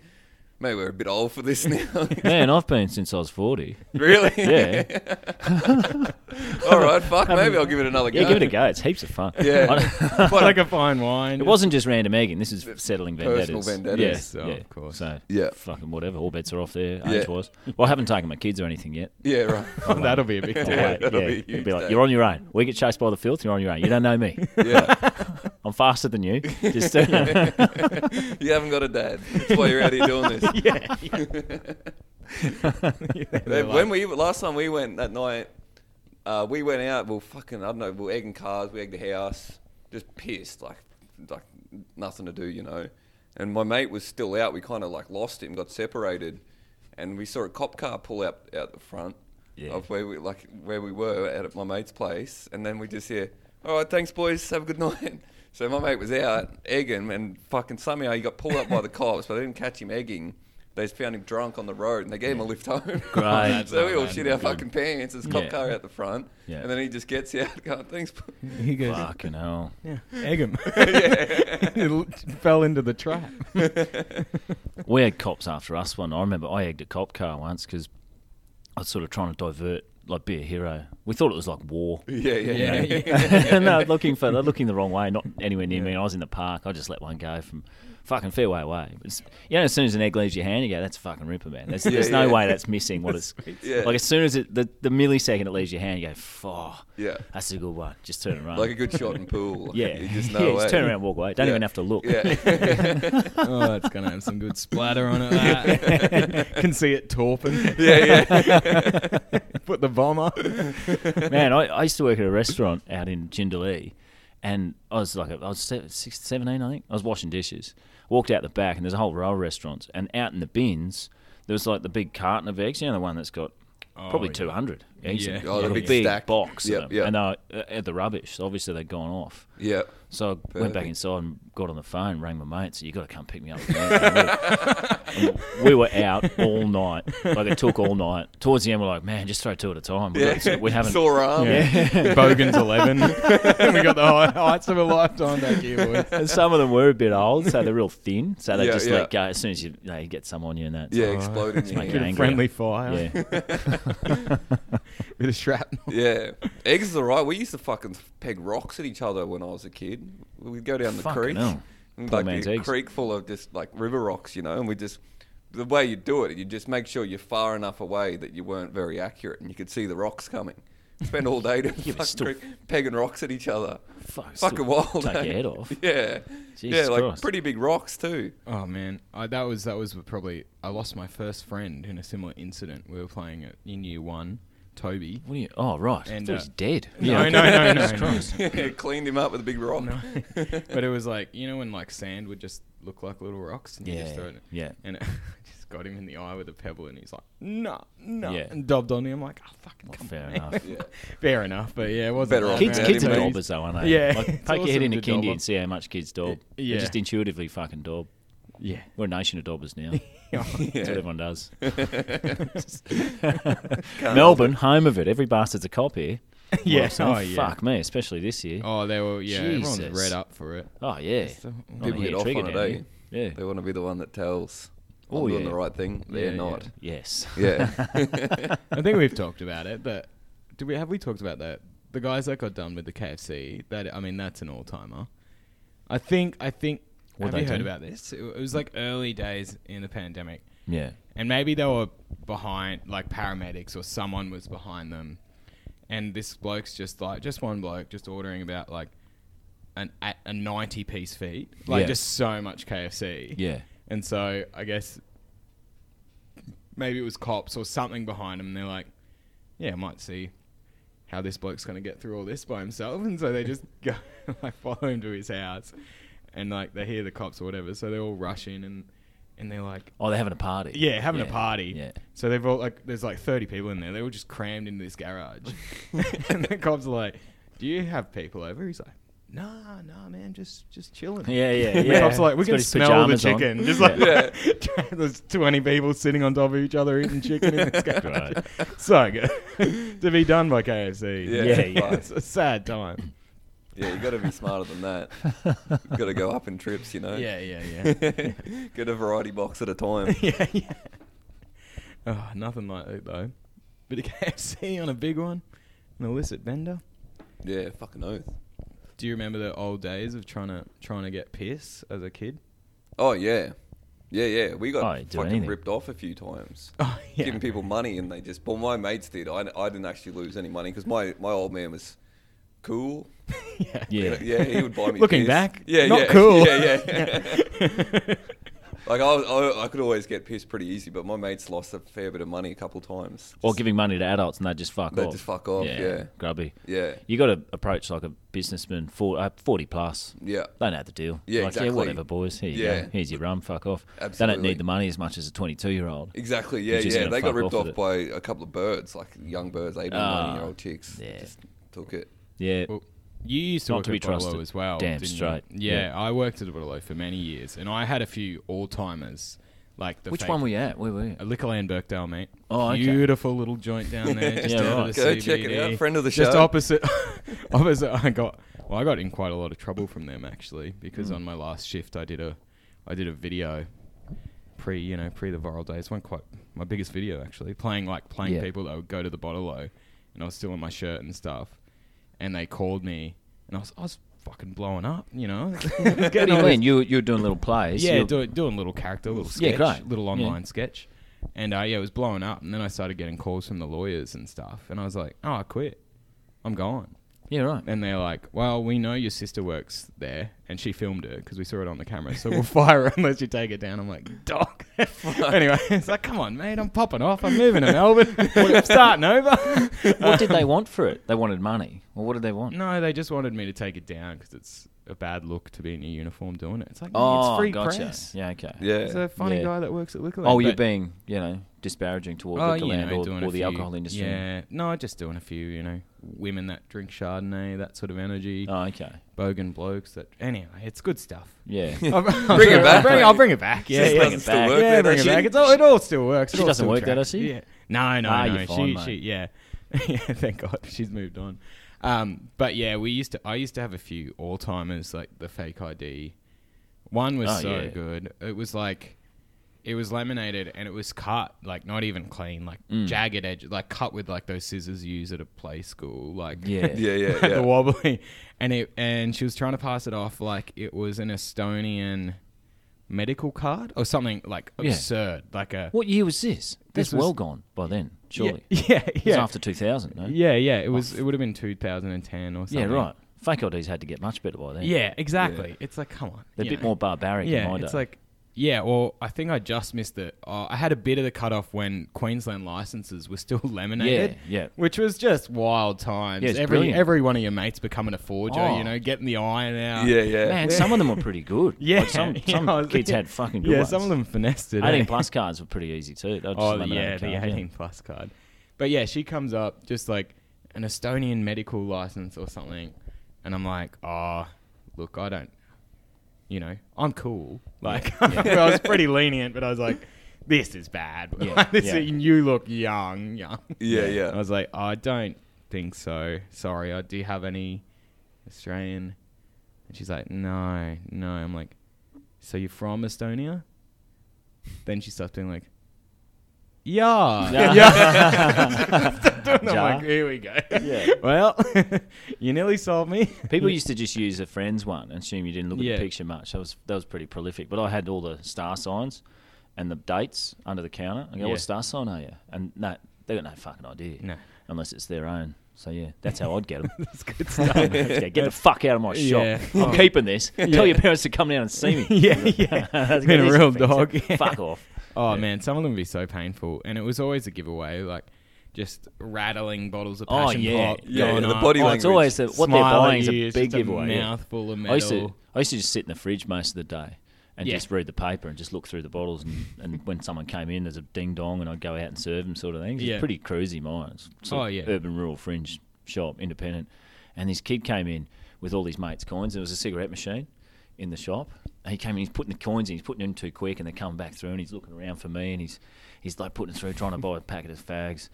S2: maybe we're a bit old for this now.
S3: Man, I've been since I was 40.
S2: really?
S3: Yeah.
S2: All right, fuck.
S3: Haven't-
S2: Maybe I'll give it another
S3: Yeah,
S2: go.
S3: give it a go. It's heaps of fun.
S2: Yeah.
S3: I don't-
S2: But-
S1: like a fine wine.
S3: it wasn't just random egging. This is settling vendettas.
S2: Personal vendettas.
S3: Yeah,
S1: Yes, oh,
S3: yeah.
S1: of course.
S3: So
S2: Yeah.
S3: fucking whatever. All bets are off there.
S2: Yeah.
S3: Age wise. Well, I haven't taken my kids or anything yet.
S2: Yeah, right.
S1: Oh, that'll be a big
S3: But,
S1: day.
S2: that'll be a
S3: it'd
S2: huge
S3: be like
S2: day.
S3: you're on your own. We get chased by the filth. You're on your own. You don't know me.
S2: Yeah.
S3: I'm faster than you. Just
S1: uh,
S3: uh,
S2: you haven't got a dad. That's why you're out here doing this.
S3: yeah.
S2: They- when we last time we went that night, uh, we went out. We are fucking I don't know. We were egging cars. We egged the house. Just pissed, like like nothing to do, you know. And my mate was still out. We kind of like lost him, got separated, and we saw a cop car pull out out the front
S3: Yeah.
S2: of where we like where we were out at my mate's place. And then we just hear, "All right, thanks, boys. Have a good night." So my mate was out egging, and fucking somehow he got pulled up by the cops, but they didn't catch him egging. They just found him drunk on the road, and they gave him a lift home.
S3: Great.
S2: so we all
S1: That's
S2: shit
S1: not
S2: our
S1: bad.
S2: fucking pants. There's a cop
S3: Yeah.
S2: car out the front,
S3: Yeah.
S2: and then he just gets out. Going, Thanks. bro."
S1: he goes,
S3: Fucking hell.
S1: yeah, egg him.
S2: Yeah.
S1: He l- fell into the trap.
S3: We had cops after us one. I remember I egged a cop car once because I was sort of trying to divert, like be a hero. We thought it was like war.
S2: yeah, yeah,
S1: Yeah,
S2: yeah.
S1: yeah.
S3: no, looking for they're looking the wrong way, not anywhere near me. I was in the park. I just let one go from fucking fair way away. It's, you know, as soon as an egg leaves your hand, you go, "That's a fucking ripper, man." There's,
S2: Yeah,
S3: there's no
S2: yeah.
S3: way that's missing what it's
S2: Yeah.
S3: like. As soon as it the, the millisecond it leaves your hand, you go, "Fuck,
S2: Yeah.
S3: that's a good one." Just turn it around.
S2: Like a good shot in pool.
S3: yeah,
S2: You just know.
S3: yeah, just
S2: eh?
S3: turn around, and walk away. Don't
S2: Yeah.
S3: even have to look.
S2: Yeah.
S1: oh, it's gonna have some good splatter on it. that. Can see it torping.
S2: Yeah,
S1: yeah. Put the bomb up.
S3: Man, I, I used to work at a restaurant out in Jindalee, and I was like, I was se- six, 17, I think. I was washing dishes. Walked out the back, and there's a whole row of restaurants. And out in the bins, there was like the big carton of eggs, you know, the one that's got probably
S1: Oh, yeah.
S3: 200 eggs.
S1: Yeah.
S3: in it.
S1: Oh, the
S3: Like a
S1: big
S2: stack.
S3: box.
S2: Yep,
S3: of them.
S2: yep.
S3: And I, uh, at the rubbish, so obviously they'd gone off.
S2: yeah.
S3: So I went back
S2: Perfect.
S3: inside and got on the phone, rang my mates. You got to come pick me up. And we were out all night. Like it took all night. Towards the end, we're like, man, just throw two at a time. We, got- we haven't
S2: Sore arm.
S1: Bogan's eleven. we got the high heights of a lifetime back here, boys.
S3: And some of them were a bit old, so they're real thin. So they
S2: Yeah,
S3: just
S2: yeah.
S3: let go as soon as you, you, know, you get some on you and that.
S2: Yeah, exploding.
S3: Just make
S1: Bit of
S3: it angrier.
S1: friendly fire.
S3: Yeah.
S1: Bit of shrapnel.
S2: Yeah, eggs are right. We used to fucking peg rocks at each other when I was a kid. We'd go down the
S3: Fucking
S2: creek,
S3: hell.
S2: and,
S3: Poor
S2: like
S3: man's
S2: a
S3: eggs.
S2: creek full of just like river rocks, you know. And we just the way you do it, you just make sure you're far enough away that you weren't very accurate, and you could see the rocks coming. Spend all day to
S3: Yeah, but
S2: fucking
S3: still-
S2: creek, pegging rocks at each other.
S3: Fuck, it's
S2: Fucking
S3: still
S2: wild.
S3: Take
S2: eh?
S3: your head off.
S2: Yeah, yeah,
S3: Jesus
S2: like
S3: Christ.
S2: pretty big rocks too.
S1: Oh man, I, that was that was probably I lost my first friend in a similar incident. We were playing at, in year one, Toby.
S3: What are you? Oh, right.
S1: And,
S3: And, he's
S1: uh,
S3: dead.
S1: No, no, no, no, no.
S2: Yeah, cleaned him up with a big rock.
S1: No. but it was like you know when like sand would just look like little rocks and you just
S3: Yeah,
S1: throw it.
S3: yeah.
S1: And it just got him in the eye with a pebble, and he's like, no, no,
S3: Yeah.
S1: and dobbed on me. I'm like, oh fucking come
S3: Fair
S1: on, man."
S3: enough.
S2: Yeah.
S1: Fair enough, but yeah, it wasn't.
S2: Better off
S3: Kids,
S2: Yeah,
S3: kids
S2: they
S3: are
S2: make-
S3: dobbers, though, aren't they?
S1: Yeah,
S3: Like,
S1: it's
S3: poke your head
S1: awesome
S3: in a
S1: to
S3: kindy
S1: dobber.
S3: and see how much kids dob.
S1: yeah.
S3: They just intuitively fucking dob.
S1: Yeah.
S3: We're a nation of dobbers now. That's what everyone does. Melbourne, home of it. Every bastard's a cop here.
S1: Yeah.
S3: Well,
S1: Oh, yeah.
S3: Fuck me, especially this year. Oh,
S1: Oh, they were. Yeah, everyone's
S3: Jesus.
S1: red up for it.
S3: yeah.
S1: So-
S3: Wanna
S2: People
S3: get
S2: get off
S3: triggered
S2: on it,
S3: down
S2: eh?
S3: here. Yeah.
S2: They want to be the one that tells. I'm
S3: Oh,
S2: doing
S3: yeah.
S2: the right thing. They're
S1: Yeah, yeah.
S2: not.
S3: Yes.
S2: Yeah.
S1: I think we've talked about it. That do we have we talked about that? The guys that got done with the KFC. That I mean, that's an all timer. I think. I think.
S3: What'd
S1: have you
S3: they
S1: heard
S3: do?
S1: about this? It it was like early days in the pandemic,
S3: yeah.
S1: and maybe they were behind, like paramedics or someone was behind them, and this bloke's just like just one bloke just ordering about like an a, a ninety piece feed, like
S3: Yeah.
S1: just so much KFC.
S3: Yeah.
S1: And so I guess maybe it was cops or something behind him. And they're like, yeah, I might see how this bloke's going to get through all this by himself. And so they just go, like, follow him to his house. And, like, they hear the cops or whatever. So they all rush in and, and they're like,
S3: Oh, they're having a party.
S1: yeah, having a party.
S3: Yeah.
S1: So they've all like, there's like 30 people in there. They were just crammed into this garage. and the cops are like, "Do you have people over?" He's like, "Nah, nah, man, just just chilling."
S3: Yeah, yeah,
S1: And The
S3: yeah.
S1: cops are like, "We
S3: He's
S1: can
S3: got his
S1: smell the
S3: pyjamas on."
S1: chicken." Just
S3: Yeah.
S1: like there's 20 people sitting on top of each other eating chicken in this garage.
S3: Right.
S1: So good to be done by KFC.
S2: Yeah,
S3: Yeah, yeah.
S1: it's a sad time.
S2: yeah, you got to be smarter than that. got to go up in trips, you know.
S1: Yeah, yeah, yeah.
S2: Get a variety box at a time.
S1: yeah, yeah. Oh, nothing like that though. Bit of KFC on a big one. an illicit vendor.
S2: Yeah, fucking oath.
S1: Do you remember the old days of trying to trying to get piss as a kid?
S2: Oh yeah, yeah, yeah. We
S3: Oh,
S2: got
S3: you'd do
S2: fucking
S3: anything.
S2: ripped off a few times,
S1: Oh
S2: giving people money, and they just. Well, my mates did. I, I didn't actually lose any money because my my old man was cool.
S1: yeah.
S3: Yeah.
S2: yeah, he would buy me.
S1: Looking
S2: piss.
S1: back,
S2: yeah,
S1: not
S2: yeah,
S1: cool.
S2: Yeah, yeah. like I, was, I, I could always get pissed pretty easy, but my mates lost a fair bit of money a couple times.
S3: Or giving money to adults and they just fuck
S2: They
S3: off.
S2: just fuck off, yeah.
S3: Grubby.
S2: Yeah,
S3: You got to approach like a businessman, for, uh, 40 plus.
S2: yeah.
S3: They know the deal.
S2: Yeah,
S3: like,
S2: exactly.
S3: yeah, whatever, boys. Here you
S2: Yeah.
S3: go. Here's your rum. Fuck off. They don't
S2: Absolutely.
S3: need the money as much as a 22 year old.
S2: Exactly. Yeah,
S3: just
S2: yeah.
S3: gonna
S2: They got
S3: fuck
S2: ripped
S3: off
S2: off,
S3: with it.
S2: by a couple of birds, like young birds, 18,
S3: Ah,
S2: 19 year old chicks.
S3: yeah.
S2: Just took it.
S3: Yeah.
S1: Well, you used to
S3: Not
S1: work
S3: to be
S1: at Brillo
S3: trusted.
S1: as well.
S3: Damn
S1: didn't you?
S3: straight.
S1: Yeah,
S3: Yeah.
S1: I worked at Brillo for many years, and I had a few all timers. Like the
S3: Which
S1: fake-
S3: one were you at? Where were you?
S1: Uh, Liquorland Birkdale, mate.
S3: Oh, okay.
S1: beautiful little joint down there. Just
S3: Yeah,
S1: out
S3: right.
S1: of the
S2: Go
S1: CBD.
S2: check it out, friend of the
S1: Just
S2: show.
S1: opposite, opposite. I got well. I got in quite a lot of trouble from them actually because
S3: Hmm.
S1: on my last shift I did a, I did a video, pre you know pre the viral days. One quite my biggest video actually playing like playing
S3: Yeah.
S1: people that would go to the bottle and I was still in my shirt and stuff, and they called me and I was I was fucking blowing up, you know.
S3: What do you mean? You, you were doing little plays.
S1: Yeah,
S3: You-
S1: do, doing little character, little
S3: Yeah,
S1: sketch,
S3: great.
S1: little
S3: Yeah.
S1: online sketch, and uh, yeah, it was blowing up. And then I started getting calls from the lawyers and stuff, and I was like, "Oh, I quit, I'm gone."
S3: yeah, right.
S1: And they're like, "Well, we know your sister works there, and she filmed it because we saw it on the camera, so we'll fire her unless you take it down." I'm like, "Dog." anyway, it's like, "Come on, mate, I'm popping off. I'm moving to Melbourne. I'm starting over."
S3: what did they want for it? They wanted money. Well, what did they want?
S1: Uh, No, they just wanted me to take it down because it's a bad look to be in your uniform doing it. It's like,
S3: Oh,
S1: it's free
S3: gotcha.
S1: press.
S3: Yeah, okay.
S2: Yeah.
S1: It's a funny
S3: Yeah.
S1: guy that works at Liquorland.
S3: Oh, you're
S1: but-
S3: being, you know, disparaging toward
S1: Oh,
S3: liquor land or,
S1: doing
S3: or
S1: a
S3: the
S1: few-
S3: alcohol industry.
S1: Yeah, no, just doing a few, you know, women that drink Chardonnay, that sort of energy,
S3: Oh, okay.
S1: bogan blokes. That anyway, it's good stuff.
S3: Yeah.
S1: I'll
S2: Bring it back,
S1: I'll bring,
S2: mate.
S1: I'll bring it back. Yeah,
S2: Just
S1: yeah,
S2: doesn't
S1: yeah,
S2: still
S3: back.
S2: work there,
S1: bring
S2: does
S1: it
S2: she?
S1: back. It's all, it all still works. It
S3: She
S1: all
S3: doesn't
S1: still
S3: work there,
S1: tracks.
S3: does she?
S1: Yeah. No, no,
S3: Ah,
S1: no.
S3: you're
S1: she,
S3: fine, mate.
S1: she, yeah, yeah. Thank God, she's moved on. Um, but yeah, we used to. I used to have a few all timers like the fake ID. One was
S3: Oh,
S1: so
S3: yeah.
S1: good. It was like, it was laminated and it was cut like not even clean, like
S3: Mm.
S1: jagged edge, like cut with like those scissors you use at a play school, like
S3: Yeah.
S2: Yeah, yeah,
S1: the
S2: yeah.
S1: wobbly, and it and she was trying to pass it off like it was an Estonian medical card or something like
S3: Yeah.
S1: absurd, like a
S3: What year was this?
S1: This
S3: That's
S1: was-
S3: well gone by then, surely.
S1: yeah, yeah,
S3: It was
S1: yeah,
S3: after 2000, no?
S1: yeah, yeah. It was it would have been 2010 or something.
S3: Yeah, right. Fake IDs had to get much better by then.
S1: Yeah, exactly. It's like come on,
S3: They're
S1: you
S3: a bit
S1: know.
S3: more barbaric in
S1: Yeah,
S3: my
S1: it's
S3: day.
S1: like yeah. Well, I think I just missed it. Uh, I had a bit of the cutoff when Queensland licenses were still laminated.
S3: yeah.
S1: Which was just wild times.
S3: Yeah, it's
S1: every
S3: brilliant.
S1: every one of your mates becoming a forger.
S3: Oh.
S1: You know, getting the iron
S3: Ah.
S1: out.
S2: Yeah, yeah.
S3: Man, some of them were pretty good.
S1: Yeah,
S3: Like, some
S1: yeah,
S3: some
S1: I was-
S3: kids had fucking good
S1: Yeah,
S3: ones.
S1: some of them finessed it. eh?
S3: 18 plus cards were pretty easy too. They'll just
S1: Oh
S3: laminate
S1: yeah, the
S3: card,
S1: eighteen plus card. But yeah, she comes up just like an Estonian medical license or something, and I'm like, oh, look, I don't, you know, I'm cool. Like I was pretty lenient, but I was like, this is bad.
S3: Yeah,
S1: Like, this
S3: yeah.
S1: is- you look young, young.
S2: Yeah,
S1: I
S2: yeah.
S1: was like, I don't think so. Sorry, I do you have any Australian. And she's like, no, no. I'm like, so you're from Estonia? Then she starts doing like, yeah,
S3: Yeah.
S1: Doing- I'm
S3: Ja.
S1: like, here we go.
S3: Yeah.
S1: Well, you nearly sold me.
S3: People used to just use a friend's one and assume you didn't look
S1: Yeah.
S3: at the picture much. That was that was pretty prolific. But I had all the star signs and the dates under the counter. I go,
S1: Yeah.
S3: what star sign are you? And no, they got no fucking idea.
S1: No.
S3: Unless it's their own. So yeah, that's how I'd get them.
S1: That's good stuff.
S3: get the fuck out of my shop.
S1: Yeah.
S3: I'm keeping this.
S1: Yeah.
S3: Tell your parents to come down and see me.
S1: yeah, yeah.
S3: That's
S1: Been a
S3: good.
S1: real dog.
S3: Fuck off.
S1: Oh
S3: Yeah.
S1: man, some of them would be so painful, and it was always a giveaway, like just rattling bottles of
S3: Oh,
S1: passion
S3: yeah.
S1: pop.
S2: Yeah,
S1: going
S2: yeah, the
S1: up,
S2: body
S3: Oh,
S2: language.
S3: it's always the, what they're
S1: smile at
S3: buying is
S1: you,
S3: a
S1: it's
S3: big
S1: just
S3: giveaway. yeah.
S1: mouthful of metal.
S3: I used to I used to just sit in the fridge most of the day and
S1: Yeah.
S3: just read the paper and just look through the bottles and, and when someone came in there's a ding dong and I'd go out and serve them sort of thing. It's
S1: Yeah.
S3: pretty cruisy mine. It's sort
S1: Oh,
S3: of
S1: yeah.
S3: urban rural fringe shop, independent. And this kid came in with all his mates' coins. There was a cigarette machine in the shop. And he came in, he's putting the coins in, he's putting them too quick and they come back through and he's looking around for me and he's he's like putting it through, trying to buy a packet of fags.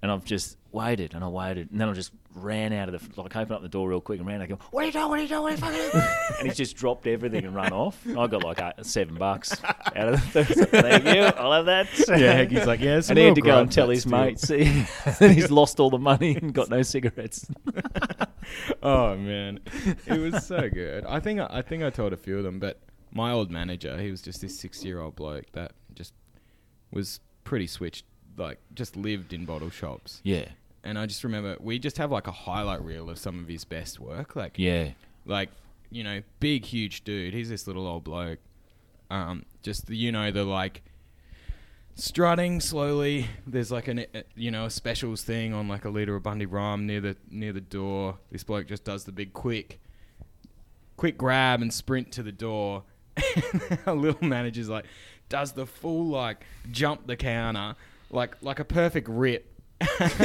S3: And I've just waited and I waited, and then I just ran out of the like opened up the door real quick and ran. I go, "What are you doing? What are you doing? What are you fucking?" and he's just dropped everything and run off. I got like eight, seven bucks out of the thing. Thank you. I'll have that.
S1: Yeah, Heggy's like, yeah, it's a
S3: and he
S1: real
S3: had to go
S1: grub,
S3: and tell
S1: that
S3: his
S1: steal.
S3: mates. that he's lost all the money and got no cigarettes.
S1: oh man, it was so good. I think I think I told a few of them, but my old manager, he was just this six-year-old bloke that just was pretty switched, like just lived in bottle shops.
S3: Yeah,
S1: And I just remember we just have like a highlight reel of some of his best work, like
S3: yeah,
S1: like you know, big huge dude. He's this little old bloke. Um, just the, you know the like strutting slowly. There's like an uh, you know a specials thing on like a liter of Bundy rum near the near the door. This bloke just does the big quick, quick grab and sprint to the door. And our little manager's like does the full like jump the counter like like a perfect rip. out of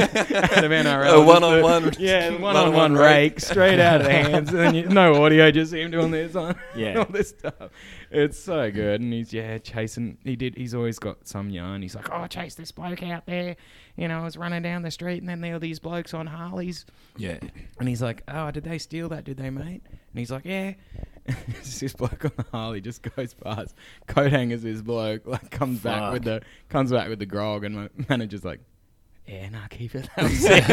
S1: NRL,
S2: A
S1: Just
S2: one-on-one-
S1: the- yeah, one on
S2: one-on-one
S1: one
S2: rake.
S1: rake straight out of the hands, and then you, no audio, just him doing this on
S3: Yeah.
S1: all this stuff. It's so good, and he's yeah chasing. He did. He's always got some yarn. He's like, oh, I chased this bloke out there. You know, I was running down the street, and then there were these blokes on Harleys,
S3: yeah.
S1: and he's like, oh, did they steal that? Did they, mate? And he's like, yeah. this bloke on the Harley just goes past, coat hangers this bloke, like comes back with the comes back with the grog, and my manager's like. Yeah, nah, keep it. That was it."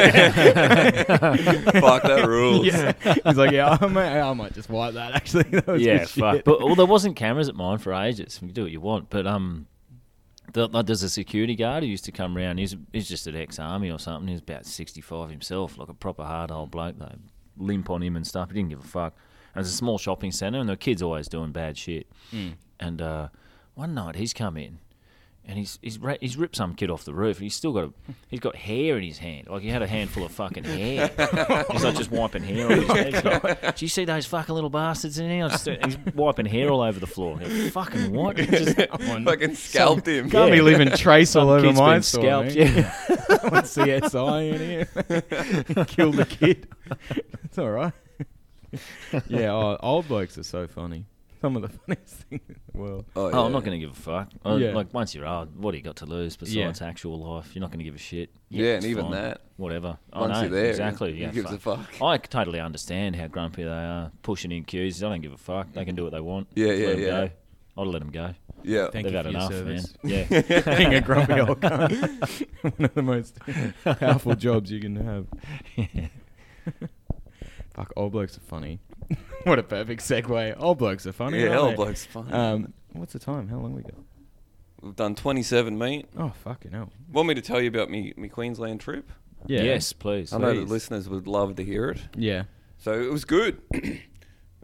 S2: Fuck that rules.
S1: Yeah. He's like, yeah, I might, I might just wipe that actually. That was
S3: yeah,
S1: good
S3: fuck.
S1: shit.
S3: But well, there wasn't cameras at mine for ages. You can do what you want, but um, the, like, there's a security guard who used to come round. He's he's just an ex-army or something. He's about sixty-five himself, like a proper hard old bloke though. Limp on him and stuff. He didn't give a fuck. And it's a small shopping centre, and the kids always doing bad shit.
S1: Mm.
S3: And uh, one night he's come in. And he's he's, ra- he's ripped some kid off the roof, and he's still got a, he's got hair in his hand, like he had a handful of fucking hair. He's like just wiping hair on his head. Like, Do you see those fucking little bastards in here? Just, uh, he's wiping hair all over the floor. Like, fucking what? Just,
S2: Fucking scalped him.
S1: Can't be
S3: Yeah.
S1: leaving trace all over
S3: kid's
S1: my
S3: been scalped. Yeah.
S1: What's CSI in here? Killed the kid. It's all right. yeah, oh, old blokes are so funny. Some of the funniest things in the world.
S3: Oh, I'm not going to give a fuck. Oh,
S1: Yeah.
S3: Like once you're old, what do you got to lose besides
S1: Yeah.
S3: actual life? You're not going to give a shit.
S2: Yeah, and
S3: it's
S2: even that.
S3: Whatever.
S2: Once
S3: I know,
S2: you're there,
S3: exactly.
S2: who
S3: yeah,
S2: gives a fuck?
S3: I totally understand how grumpy they are, pushing in queues. I don't give a fuck. They can do what they want.
S2: Yeah,
S3: Just
S2: yeah,
S3: let 'em
S2: yeah.
S3: Go. I'd let them go.
S2: Yeah.
S1: Thank
S3: They've
S1: you
S3: had
S1: for your
S3: enough, man.
S1: service.
S3: Yeah.
S1: Being a grumpy old cunt. One of the most powerful jobs you can have. Fuck, old blokes are funny. what a perfect segue. Old blokes are funny.
S2: Yeah,
S1: aren't
S2: old
S1: they?
S2: blokes are funny.
S1: Um, what's the time? How long we got?
S2: We've done 27, mate.
S1: Oh, fucking hell.
S2: Want me to tell you about me, me Queensland trip?
S1: Yeah.
S3: Yes, please.
S2: I know the
S3: Please.
S2: listeners would love to hear it.
S1: Yeah.
S2: So it was good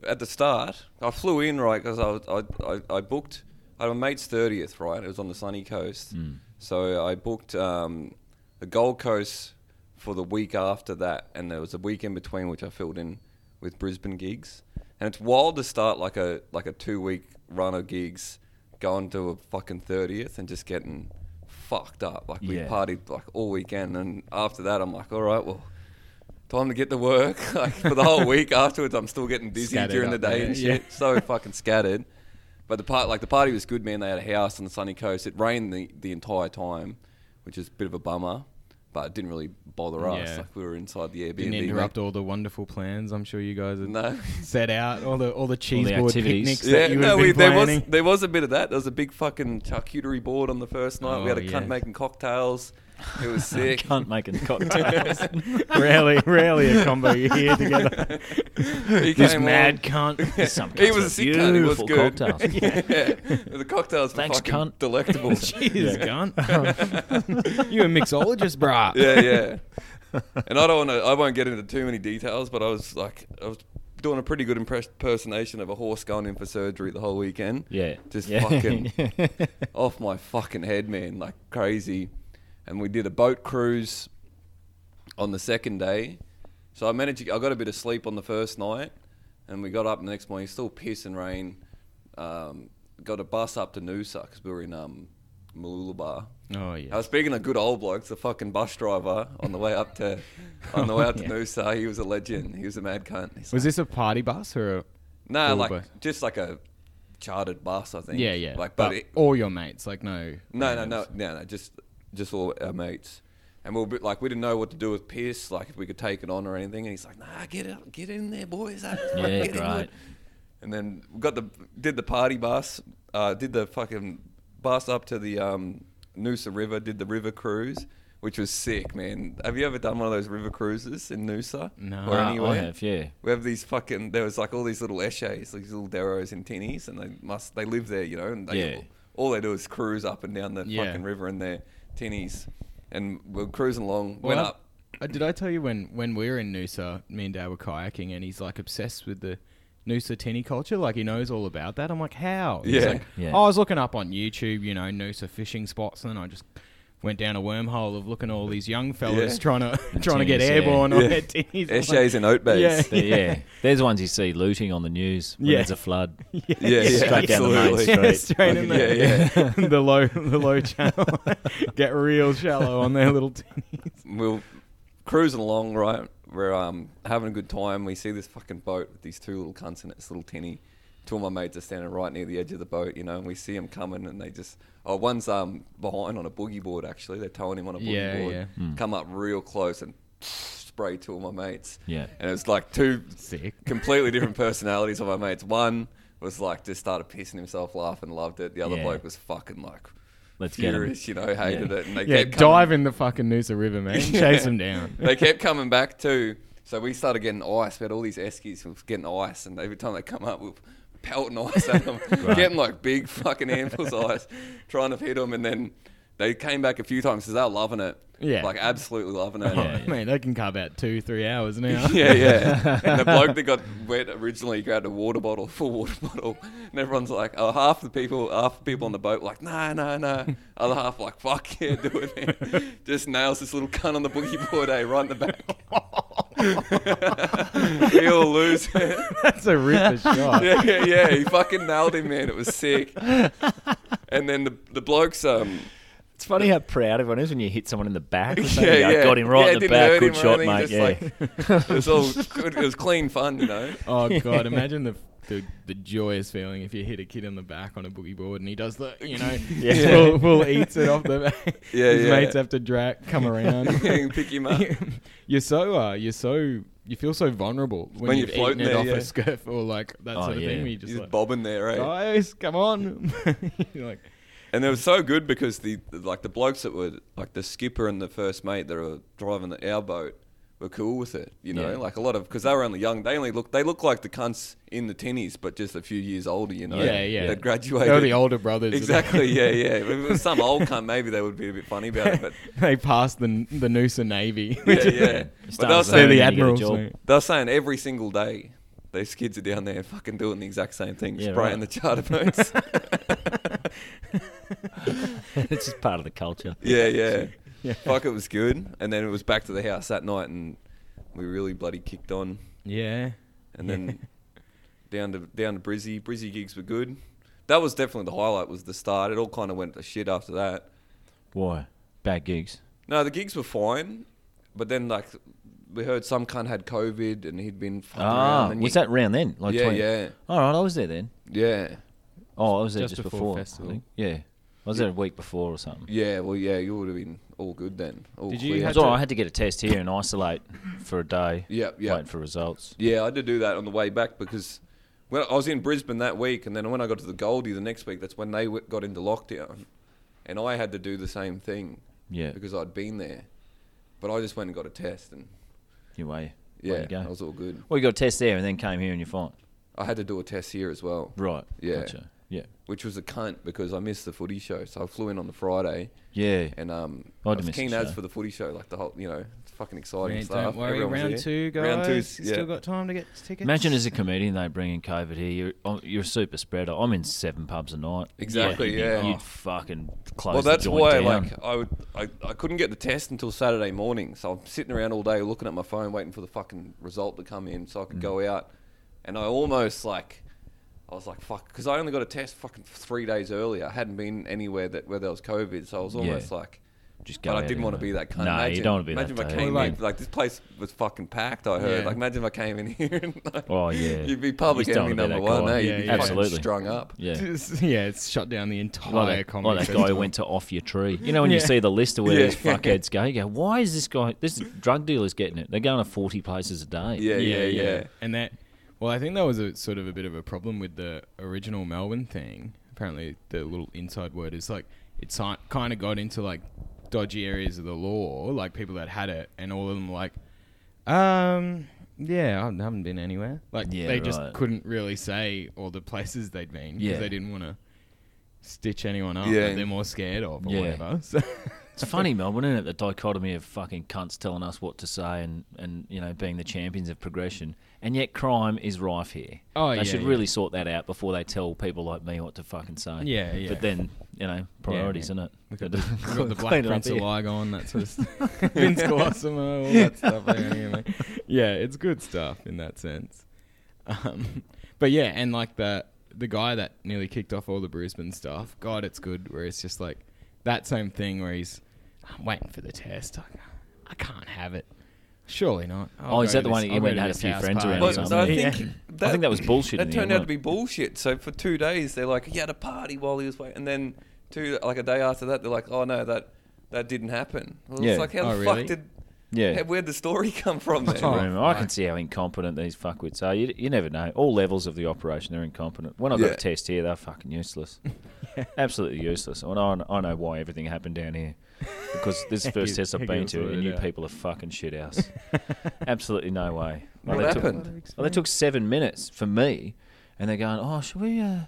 S2: at the start. I flew in right because I, was- I, I I booked. I had a mate's thirtieth right. It was on the sunny coast,
S3: Mm.
S2: so I booked um, the Gold Coast for the week after that, and there was a week in between which I filled in with Brisbane gigs. And it's wild to start like a like a two week run of gigs, going to a fucking thirtieth and just getting fucked up. Like we
S3: Yeah.
S2: partied like all weekend, and after that I'm like, all right, well time to get to work. Like for the whole week afterwards, I'm still getting dizzy
S1: Scattered
S2: during the
S1: up
S2: day
S1: there,
S2: and
S1: yeah.
S2: shit. So fucking scattered. But the part, like the party was good, man. They had a house on the sunny coast. It rained the, the entire time, which is a bit of a bummer, but it didn't really bother us.
S1: Yeah.
S2: Like we were inside the Airbnb.
S1: Didn't
S2: mate.
S1: interrupt all the wonderful plans I'm sure you guys had
S2: No.
S1: set out, all the all the cheese board
S3: activities.
S1: picnics
S2: Yeah,
S1: that you would
S2: no,
S1: have been
S2: we, there was
S1: planning.
S2: there was a bit of that. There was a big fucking charcuterie board on the first night. we had
S1: Oh,
S2: a
S1: yeah.
S2: cunt making cocktails. It was sick.
S3: Cunt making cocktails.
S1: rarely, rarely a combo you hear together.
S2: He
S1: this
S2: came
S1: mad
S2: on.
S1: cunt.
S3: There's some
S2: He
S3: cunts
S2: was
S3: with
S2: a sick cunt. He was
S3: beautiful
S2: good.
S3: cocktails.
S2: yeah, the cocktails were
S3: Thanks,
S2: fucking
S3: cunt.
S2: delectable.
S1: Jeez, cunt. Um, you a mixologist, brah.
S2: yeah, yeah. And I don't want to. I won't get into too many details, but I was like, I was doing a pretty good impress- impersonation of a horse going in for surgery the whole weekend.
S3: Yeah.
S2: just
S3: Yeah.
S2: fucking off my fucking head, man, like crazy. And we did a boat cruise on the second day. So I managed. To, I got a bit of sleep on the first night, and we got up the next morning, still piss and rain. Um, got a bus up to Noosa because we were in um, Mooloolaba.
S1: Oh
S2: I
S1: yeah.
S2: was speaking of good old blokes, the fucking bus driver on the way up to on the way up to Noosa, he was a legend. He was a mad cunt. He's
S1: Was
S2: like,
S1: this a party bus or a?
S2: no,
S1: cool
S2: like
S1: bus?
S2: just like a chartered bus, I think.
S1: Yeah, yeah.
S2: Like,
S1: but
S2: but it,
S1: all your mates, like no.
S2: no, no, no,
S1: randoms.
S2: no, no, just just all our mates. And we were a bit like, we didn't know what to do with Pierce, like if we could take it on or anything. And he's like, nah, get out, get in there, boys. yeah,
S3: Yeah, great.
S2: And then we got the did the party bus, uh, did the fucking bus up to the um, Noosa River, did the river cruise, which was sick, man. Have you ever done one of those river cruises in Noosa?
S1: No.
S2: Or
S3: Ah,
S2: anywhere?
S3: I have, yeah.
S2: We have these fucking. There was like all these little eshays, these little deros and tinnies, and they must. They live there, you know. And they,
S3: Yeah.
S2: All they do is cruise up and down the
S1: Yeah.
S2: fucking river in their tinnies, and we're cruising along.
S1: Well,
S2: went
S1: I-
S2: up.
S1: uh, did I tell you when, when we were in Noosa, me and Dad were kayaking, and he's like obsessed with the Noosa tinny culture. Like he knows all about that. I'm like, how? He's
S2: Yeah.
S1: like,
S3: Yeah.
S1: "Oh, I was looking up on YouTube, you know, Noosa fishing spots, and I just went down a wormhole of looking at all these young fellas
S2: Yeah.
S1: trying to trying to get
S3: tinnies, yeah.
S1: airborne on
S2: Yeah.
S1: their tinnies. I'm like,
S2: Eshays and oat bags.
S3: But yeah. There's ones you see looting on the news when
S1: Yeah.
S3: there's a flood.
S2: Yeah, yeah,
S3: Straight down the main
S2: absolutely.
S3: street.
S1: Yeah, straight in
S2: Yeah,
S1: the, the low the low channel. Get real shallow on their little tinnies.
S2: we're cruising along, right? We're um, having a good time. We see this fucking boat with these two little cunts in it, this little tinny. Two of my mates are standing right near the edge of the boat, you know, and we see them coming, and they just oh, one's um behind on a boogie board actually. They're towing him on a boogie
S1: Yeah,
S2: board.
S1: yeah.
S3: Hmm.
S2: Come up real close and spray two of my mates.
S3: Yeah.
S2: and it was like two
S1: Sick.
S2: completely different personalities of my mates. One was like just started pissing himself, laughing, loved it. The other
S3: Yeah.
S2: bloke was fucking like
S3: Let's get 'em.
S2: furious, you know, hated
S3: Yeah.
S2: it. And they
S1: Yeah,
S2: kept coming.
S1: dive in the fucking Noosa River, man. Chase them down.
S2: they kept coming back too. So we started getting ice. We had all these Eskies who was getting ice, and every time they come up, we were pelting ice at them, getting like big fucking handfuls of ice, trying to hit them. And then they came back a few times because they were loving it.
S1: Yeah.
S2: Like absolutely loving it.
S1: Oh,
S2: Yeah.
S3: yeah.
S1: Man, they can carve out two, three hours now.
S2: Yeah, And the bloke that got wet originally grabbed a water bottle, full water bottle, and everyone's like, oh, half the people, half the people on the boat were like, no, no, no. Other half like, fuck yeah, do it. Man. Just nails this little cunt on the boogie board, eh, right in the back. we all lose. yeah,
S1: That's a ripper shot.
S2: yeah, yeah. He fucking nailed him, man. It was sick. And then the the blokes, um,
S3: It's funny how proud everyone is when you hit someone in the back.
S2: Yeah,
S3: Yeah, yeah.
S2: yeah.
S3: got him right
S2: Yeah,
S3: in the
S2: didn't
S3: back.
S2: hurt
S3: Good
S2: him or
S3: shot,
S2: anything,
S3: mate.
S2: just
S3: Yeah.
S2: it was all good. It was clean fun, you know.
S1: Oh god, imagine the, the the joyous feeling if you hit a kid in the back on a boogie board and he does the you know
S3: Yeah.
S1: yeah. full, full eats it off the back.
S2: Yeah,
S1: His
S2: yeah.
S1: mates have to drag come around.
S2: Pick him up.
S1: you're so uh, you're so you feel so vulnerable when,
S2: When
S1: you're
S2: you're floating
S1: eating it
S2: there,
S1: off
S2: yeah.
S1: a skiff or like that
S3: Oh,
S1: sort of
S3: yeah.
S1: thing. Where you
S2: He's
S1: just
S2: just
S1: like,
S2: bobbing there, eh?
S1: guys, come on. You're like,
S2: And they were so good because the like the blokes that were like the skipper and the first mate that were driving the, our boat were cool with it, you know.
S3: Yeah.
S2: Like a lot of because they were only young. They only look they look like the cunts in the tinnies, but just a few years older, you know.
S1: Yeah, yeah.
S2: That graduated.
S1: they're the older brothers.
S2: Exactly. Yeah, yeah. If it was some old cunt, maybe they would be a bit funny about it, but
S1: they passed the the Noosa Navy.
S2: yeah, yeah. But
S3: Start
S2: they were
S3: as a-
S1: They're
S2: saying
S1: the
S3: Yeah, you get a
S1: admirals.
S3: job.
S1: mate.
S2: they were saying every single day. These kids are down there fucking doing the exact same thing,
S3: Yeah,
S2: spraying
S3: right.
S2: the charter boats.
S3: it's just part of the culture.
S2: Yeah, yeah.
S1: Yeah.
S2: Fuck, it was good. And then it was back to the house that night, and we really bloody kicked on.
S1: Yeah.
S2: And then down to down to Brizzy. Brizzy gigs were good. That was definitely the highlight. Was the start. It all kind of went to shit after that.
S3: Why? Bad gigs.
S2: No, the gigs were fine, but then like we heard some cunt had COVID and he'd been fucked
S3: Ah,
S2: around. and
S3: was
S2: you-
S3: that round then? Like
S2: Yeah,
S3: 20?
S2: yeah,
S3: All right, I was there then.
S2: yeah,
S3: Oh, I was there
S1: Just
S3: just,
S1: before
S3: before. I
S1: festival.
S3: think. Yeah. I was there a week before or something.
S2: yeah? Well, yeah, you would have been all good then. All
S1: Did you
S2: clear.
S3: It
S1: had
S3: was
S1: to-
S3: all right. I had to get a test here and isolate for a day.
S2: Yep, yep.
S3: Waiting for results.
S2: Yeah, I did do that on the way back because when I was in Brisbane that week, and then when I got to the Goldie the next week, that's when they w- got into lockdown, and I had to do the same thing
S3: Yeah.
S2: because I'd been there, but I just went and got a test, and
S3: Anyway,
S2: yeah,
S3: there you go.
S2: I was all good.
S3: well, you got a test there and then came here and you're fine.
S2: I had to do a test here as well,
S3: Right.
S2: Yeah.
S3: Gotcha. Yeah.
S2: which was a cunt because I missed the footy show, so I flew in on the Friday,
S3: Yeah.
S2: and um,
S3: I
S2: I
S3: had to
S2: was
S3: miss the
S2: keen as
S3: show.
S2: for the footy show, like the whole, you know, it's fucking exciting
S1: Yeah,
S2: stuff.
S1: Don't worry,
S2: Everyone was
S1: round
S2: there.
S1: two, guys.
S2: Round two's-
S1: you
S2: yeah.
S1: still got time to get tickets.
S3: Imagine as a comedian they bring in COVID here. You're oh, you're a super spreader. I'm in seven pubs a night.
S2: Exactly,
S3: you'd be-
S2: yeah.
S3: You'd fucking close.
S2: Well, that's
S3: the joint
S2: why,
S3: down.
S2: like, I, would, I I couldn't get the test until Saturday morning, so I'm sitting around all day looking at my phone, waiting for the fucking result to come in, so I
S3: Mm.
S2: could go out. And I almost like, I was like, fuck, because I only got a test fucking three days earlier. I hadn't been anywhere that where there was COVID, so I was
S3: Yeah.
S2: almost like,
S3: Just go.
S2: But I
S3: out
S2: didn't want to
S3: anyway.
S2: be that kind.
S3: No, you don't want to be
S2: imagine
S3: that.
S2: Imagine if I
S3: dude.
S2: came
S1: Well,
S2: in,
S1: like-
S2: like this place was fucking packed. I heard.
S1: Yeah.
S2: Like imagine if I came in here. and like,
S3: Oh yeah.
S2: You'd be public
S3: You just don't wanna
S2: enemy
S3: be
S2: number
S3: that
S2: one,
S3: guy.
S1: Yeah,
S2: eh? You'd be
S1: yeah.
S2: fucking
S3: Absolutely.
S2: strung up.
S3: yeah.
S1: yeah, it's shut down the entire
S3: Like that,
S1: comedy.
S3: like that guy
S1: festival.
S3: who went to off your tree. You know when you
S1: Yeah.
S3: see the list of where
S2: Yeah.
S3: these fuckheads go, you go, why is this guy? This drug dealer's getting it. They're going to forty places a day.
S2: Yeah, yeah, yeah.
S1: And that, well, I think that was a sort of a bit of a problem with the original Melbourne thing. Apparently, the little inside word is like it kind of got into like dodgy areas of the law, like people that had it, and all of them like, um, yeah, I haven't been anywhere. Like
S3: Yeah,
S1: they just
S3: right.
S1: couldn't really say all the places they'd been because
S3: Yeah.
S1: they didn't want to stitch anyone up
S2: Yeah.
S1: that they're more scared of or
S3: Yeah.
S1: whatever. So
S3: It's funny, Melbourne, isn't it? The dichotomy of fucking cunts telling us what to say and, and you know being the champions of progression, and yet crime is rife here.
S1: Oh,
S3: they
S1: yeah,
S3: should
S1: yeah.
S3: really sort that out before they tell people like me what to fucking say.
S1: Yeah, yeah.
S3: But then you know priorities,
S1: yeah.
S3: isn't it?
S1: We've got the, we've got the Black
S3: Clean it up
S1: Prince of
S3: here.
S1: Ligon, that sort of stuff. Vince Colosimo, all that stuff. there, you know. yeah, it's good stuff in that sense. Um, but yeah, and like the the guy that nearly kicked off all the Brisbane stuff. God, it's good. Where it's just like that same thing where he's, I'm waiting for the test. I, I can't have it. Surely not. I'll
S3: Oh, is
S1: go
S3: that the
S1: to
S3: one
S1: this-
S3: that you
S1: I'll go
S3: went
S1: to
S3: and had
S1: this
S3: a few
S1: house
S3: friends
S1: party
S3: around or
S1: or
S2: But,
S3: something?
S2: but I
S1: Yeah.
S2: think
S3: I think that was bullshit in
S2: That
S3: the
S2: turned
S3: end,
S2: out to be bullshit. So for two days they're like, he had a party while he was waiting, and then two like a day after that they're like, oh no, that that didn't happen. Well,
S3: Yeah.
S2: It's like how
S1: Oh,
S2: the
S1: really?
S2: fuck did
S3: Yeah.
S2: where'd the story come from then?
S1: Oh,
S3: Room. I can
S1: fuck.
S3: see how incompetent these fuckwits are. You, you never know. All levels of the operation, they're incompetent. When I got
S2: Yeah.
S3: a test here, they're fucking useless. Absolutely useless. And I, I know why everything happened down here. Because this is the first
S1: You-
S3: test
S1: you
S3: I've been
S1: can
S3: to,
S1: sort
S3: and
S1: it
S3: you
S1: out.
S3: people are fucking shit house. Absolutely no way.
S2: What
S3: they took-
S2: happened?
S3: well, they took seven minutes for me, and they're going, "Oh, should we?" Uh,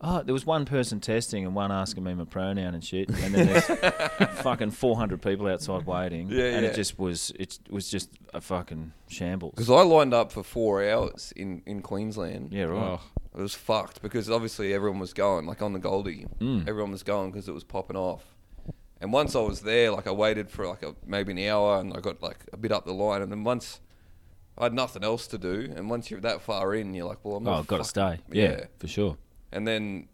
S3: oh, there was one person testing and one asking me my pronoun and shit, and then there's fucking 400 people outside waiting,
S2: Yeah,
S3: and
S2: yeah.
S3: it just was it was just a fucking shambles.
S2: Because I lined up for four hours in, in Queensland.
S3: Yeah, right.
S1: Oh.
S2: It was fucked because obviously everyone was going, like on the Goldie,
S3: Mm.
S2: everyone was going because it was popping off. And once I was there, like I waited for like a, maybe an hour and I got like a bit up the line. And then once I had nothing else to do, and once you're that far in, you're like, well, I'm
S3: Oh,
S2: not.
S3: I've got to
S2: fuck-
S3: stay. Yeah, for sure.
S2: And then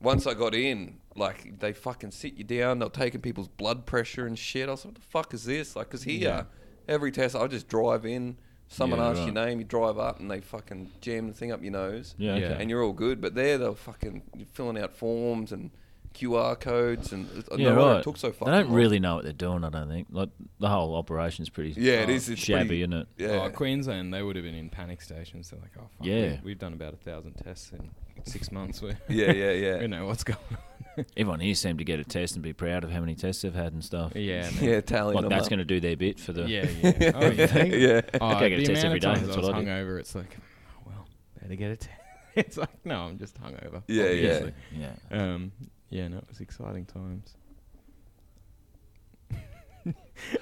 S2: once I got in, like they fucking sit you down. They're taking people's blood pressure and shit. I was like, what the fuck is this? Like, 'cause here, every test, I just drive in. Someone
S3: Yeah,
S2: asks
S3: right.
S2: your name, you drive up, and they fucking jam the thing up your nose.
S3: Yeah,
S1: Yeah.
S3: okay.
S2: And you're all good. But there, they're fucking filling out forms and QR codes, and I
S3: yeah,
S2: don't know why
S3: right.
S2: it took so fucking
S3: they don't
S2: long.
S3: really know what they're doing. I don't think. Like the whole operation's pretty.
S2: Yeah, it is. It's
S3: shabby,
S2: pretty-
S3: isn't it?
S2: Yeah.
S1: Oh, Queensland, they would have been in panic stations. They're like, oh, fuck,
S3: Yeah.
S1: we, we've done about a thousand tests in six months. We,
S2: yeah, yeah, yeah.
S1: we know what's going on.
S3: Everyone here seemed to get a test and be proud of how many tests they've had and stuff.
S1: yeah, man.
S2: yeah, tallying
S3: like
S2: them
S3: that's
S2: up.
S3: going to do their bit for the.
S1: yeah, yeah. Oh, you think?
S2: Yeah.
S1: Oh,
S3: I go get a
S1: the amount
S3: test every
S1: of
S3: day,
S1: times
S3: that's
S1: I was
S3: what I do.
S1: hungover, it's like, oh, well, better get a test. it's like, no, I'm just hungover.
S2: Yeah, yeah.
S3: yeah,
S1: obviously.
S3: yeah.
S1: Um, yeah, no, it was exciting times.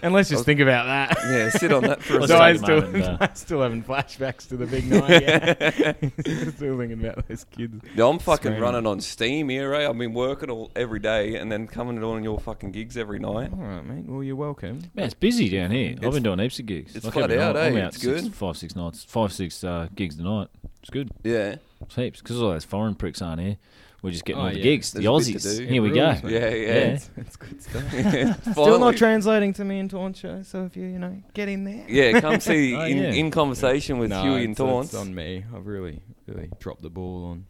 S1: and let's just think about that.
S2: Yeah, sit on that for a
S3: Let's
S1: so I
S3: take a
S1: still,
S3: moment, uh,
S1: I still having flashbacks to the big night. Yeah. still thinking about those kids.
S2: Yeah, I'm fucking
S1: Screaming.
S2: running on steam here, eh? I've been working all every day and then coming to on your fucking gigs every night.
S3: Mm-hmm.
S1: All right, mate. Well, you're welcome.
S3: Man, it's busy down here. I've
S2: It's-
S3: been doing heaps of gigs.
S2: it's flat
S3: every
S2: out,
S3: night. I'm
S2: eh?
S3: out
S2: It's
S3: six-
S2: good.
S3: Five, six nights, five, six uh, gigs a night. It's good.
S2: Yeah.
S3: It's heaps because all those foreign pricks aren't here. We're just getting
S1: Oh,
S3: all the
S1: yeah.
S3: gigs. The
S2: There's a bit to
S3: Aussies.
S2: do.
S3: Here we
S1: It
S3: go.
S1: rules, mate.
S2: Yeah, yeah.
S1: It's, it's good stuff. Still
S2: Finally.
S1: not translating to me in Taunt show, so if you, you know, get in there.
S2: yeah, come see
S3: Oh,
S2: in,
S3: yeah.
S2: in conversation with
S1: No,
S2: Huey and
S1: it's- it's
S2: Taunts.
S1: on me. I've really, really dropped the ball on.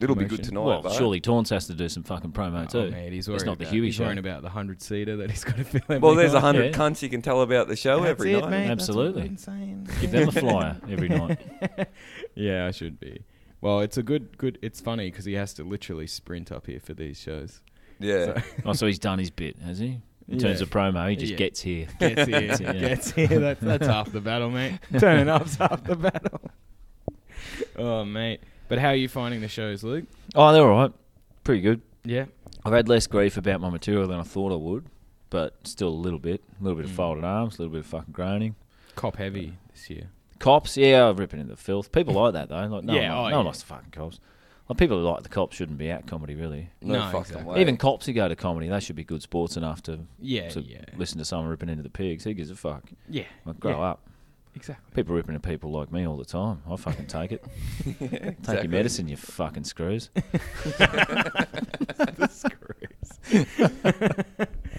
S2: It'll be
S1: promotion.
S2: good tonight,
S3: Well,
S2: but
S3: surely Taunts has to do some fucking promo
S1: Oh,
S3: too.
S1: mate, he's
S3: it's
S1: worried
S3: not the
S1: about,
S3: Huey
S1: he's
S3: show.
S1: worrying about the hundred seater that he's got to fill. every
S2: Well, there's
S1: night.
S2: a hundred
S3: Yeah.
S2: cunts you can tell about the show
S1: That's
S2: every
S1: it,
S2: night.
S1: mate. That's what I've
S3: Absolutely.
S1: been saying.
S3: Give them a flyer every night.
S1: Yeah, I should be. Well, it's a good, good. It's funny because he has to literally sprint up here for these shows. So-
S2: Yeah.
S3: Oh, so he's done his bit, has he? In terms
S1: Yeah.
S3: of promo, he just
S1: Yeah.
S3: gets here.
S1: Gets here,
S3: Yeah.
S1: gets here. That's, that's half the battle, mate. Turning up's half the battle. Oh, mate. But how are you finding the shows, Luke?
S3: Oh, they're all right. Pretty good.
S1: Yeah.
S3: I've had less grief about my material than I thought I would, but still a little bit. A little bit of
S1: Mm.
S3: folded arms, a little bit of fucking groaning.
S1: Cop heavy this year.
S3: Cops, yeah, I'm ripping into the filth. People like that though. Like no,
S1: Yeah,
S3: one,
S1: oh,
S3: no one
S1: yeah.
S3: likes the fucking cops. Like people who like the cops shouldn't be at comedy really.
S2: no,
S1: No,
S2: fucking
S1: exactly.
S2: way.
S3: Even cops who go to comedy, they should be good sports enough to,
S1: Yeah,
S3: to
S1: yeah.
S3: listen to someone ripping into the pigs. Who gives a fuck?
S1: Yeah.
S3: Like grow
S1: yeah,
S3: up.
S1: Exactly.
S3: People ripping into people like me all the time. I fucking take it.
S2: Yeah,
S3: Take
S2: exactly.
S3: your medicine, you fucking screws.
S1: the screws.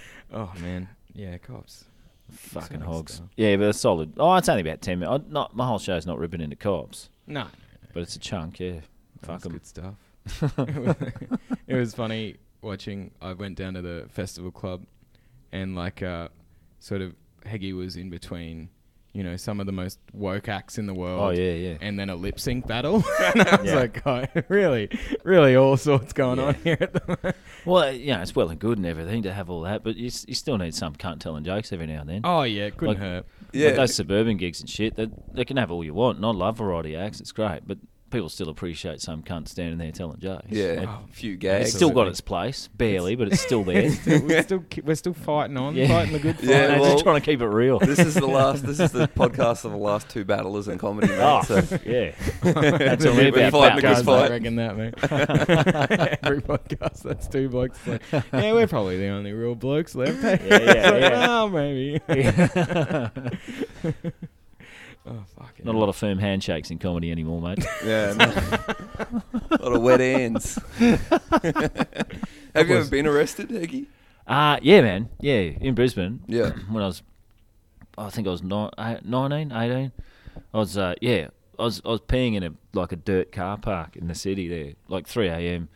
S1: oh man. Yeah, cops.
S3: Fucking
S1: Exciting
S3: hogs.
S1: stuff.
S3: Yeah, but it's solid. Oh, it's only about 10 minutes. Not, my whole show's not ripping into cops,
S1: No,
S3: but it's a chunk, yeah. Fuck
S1: That's
S3: 'em.
S1: good stuff. it was funny watching. I went down to the festival club, and like, uh, sort of, Heggy was in between, you know, some of the most woke acts in the world.
S3: Oh, yeah, yeah.
S1: And then a lip sync battle. and I was
S3: Yeah.
S1: like, "Oh, really, really, all sorts going
S3: Yeah.
S1: on here at the moment.
S3: Well, you know, it's well and good and everything to have all that, but you, s- you still need some cunt telling jokes every now and then.
S1: Oh yeah, it couldn't
S3: Like-
S1: hurt.
S3: Yeah.
S2: Yeah.
S3: But those suburban gigs and shit, they, they can have all you want, and I love variety acts, it's great, but people still appreciate some cunt standing there telling jokes.
S2: Yeah,
S1: Oh.
S2: few
S3: It,
S2: gags.
S3: it's still got
S1: Absolutely.
S3: its place, barely, but it's still there.
S1: Still- we're still ki- we're still fighting on,
S3: Yeah.
S1: fighting the good fight.
S2: Yeah,
S3: And they're
S2: well-
S3: just trying to keep it real.
S2: this is the last. This is the podcast of the last two battlers in comedy. Mate,
S3: Oh,
S2: so.
S3: yeah. That's all
S1: Every
S3: about
S2: fighting the
S1: podcast,
S3: that,
S2: good fight.
S1: I reckon that, mate. Every podcast, that's two blokes. Like, yeah, we're probably the only real blokes left. eh?
S3: Yeah, yeah,
S1: It's like,
S3: yeah.
S1: Well, maybe.
S3: mate.
S1: oh, fuck it.
S3: Not a lot of firm handshakes in comedy anymore, mate.
S2: Yeah, no. a lot of wet ends. Have you ever been arrested, Eggy?
S3: Uh, yeah, man. Yeah, in Brisbane.
S2: Yeah.
S3: When I was, I think I was ni- eh, 19, 18. I was, uh, yeah, I was, I was peeing in a like a dirt car park in the city there, like 3 a.m.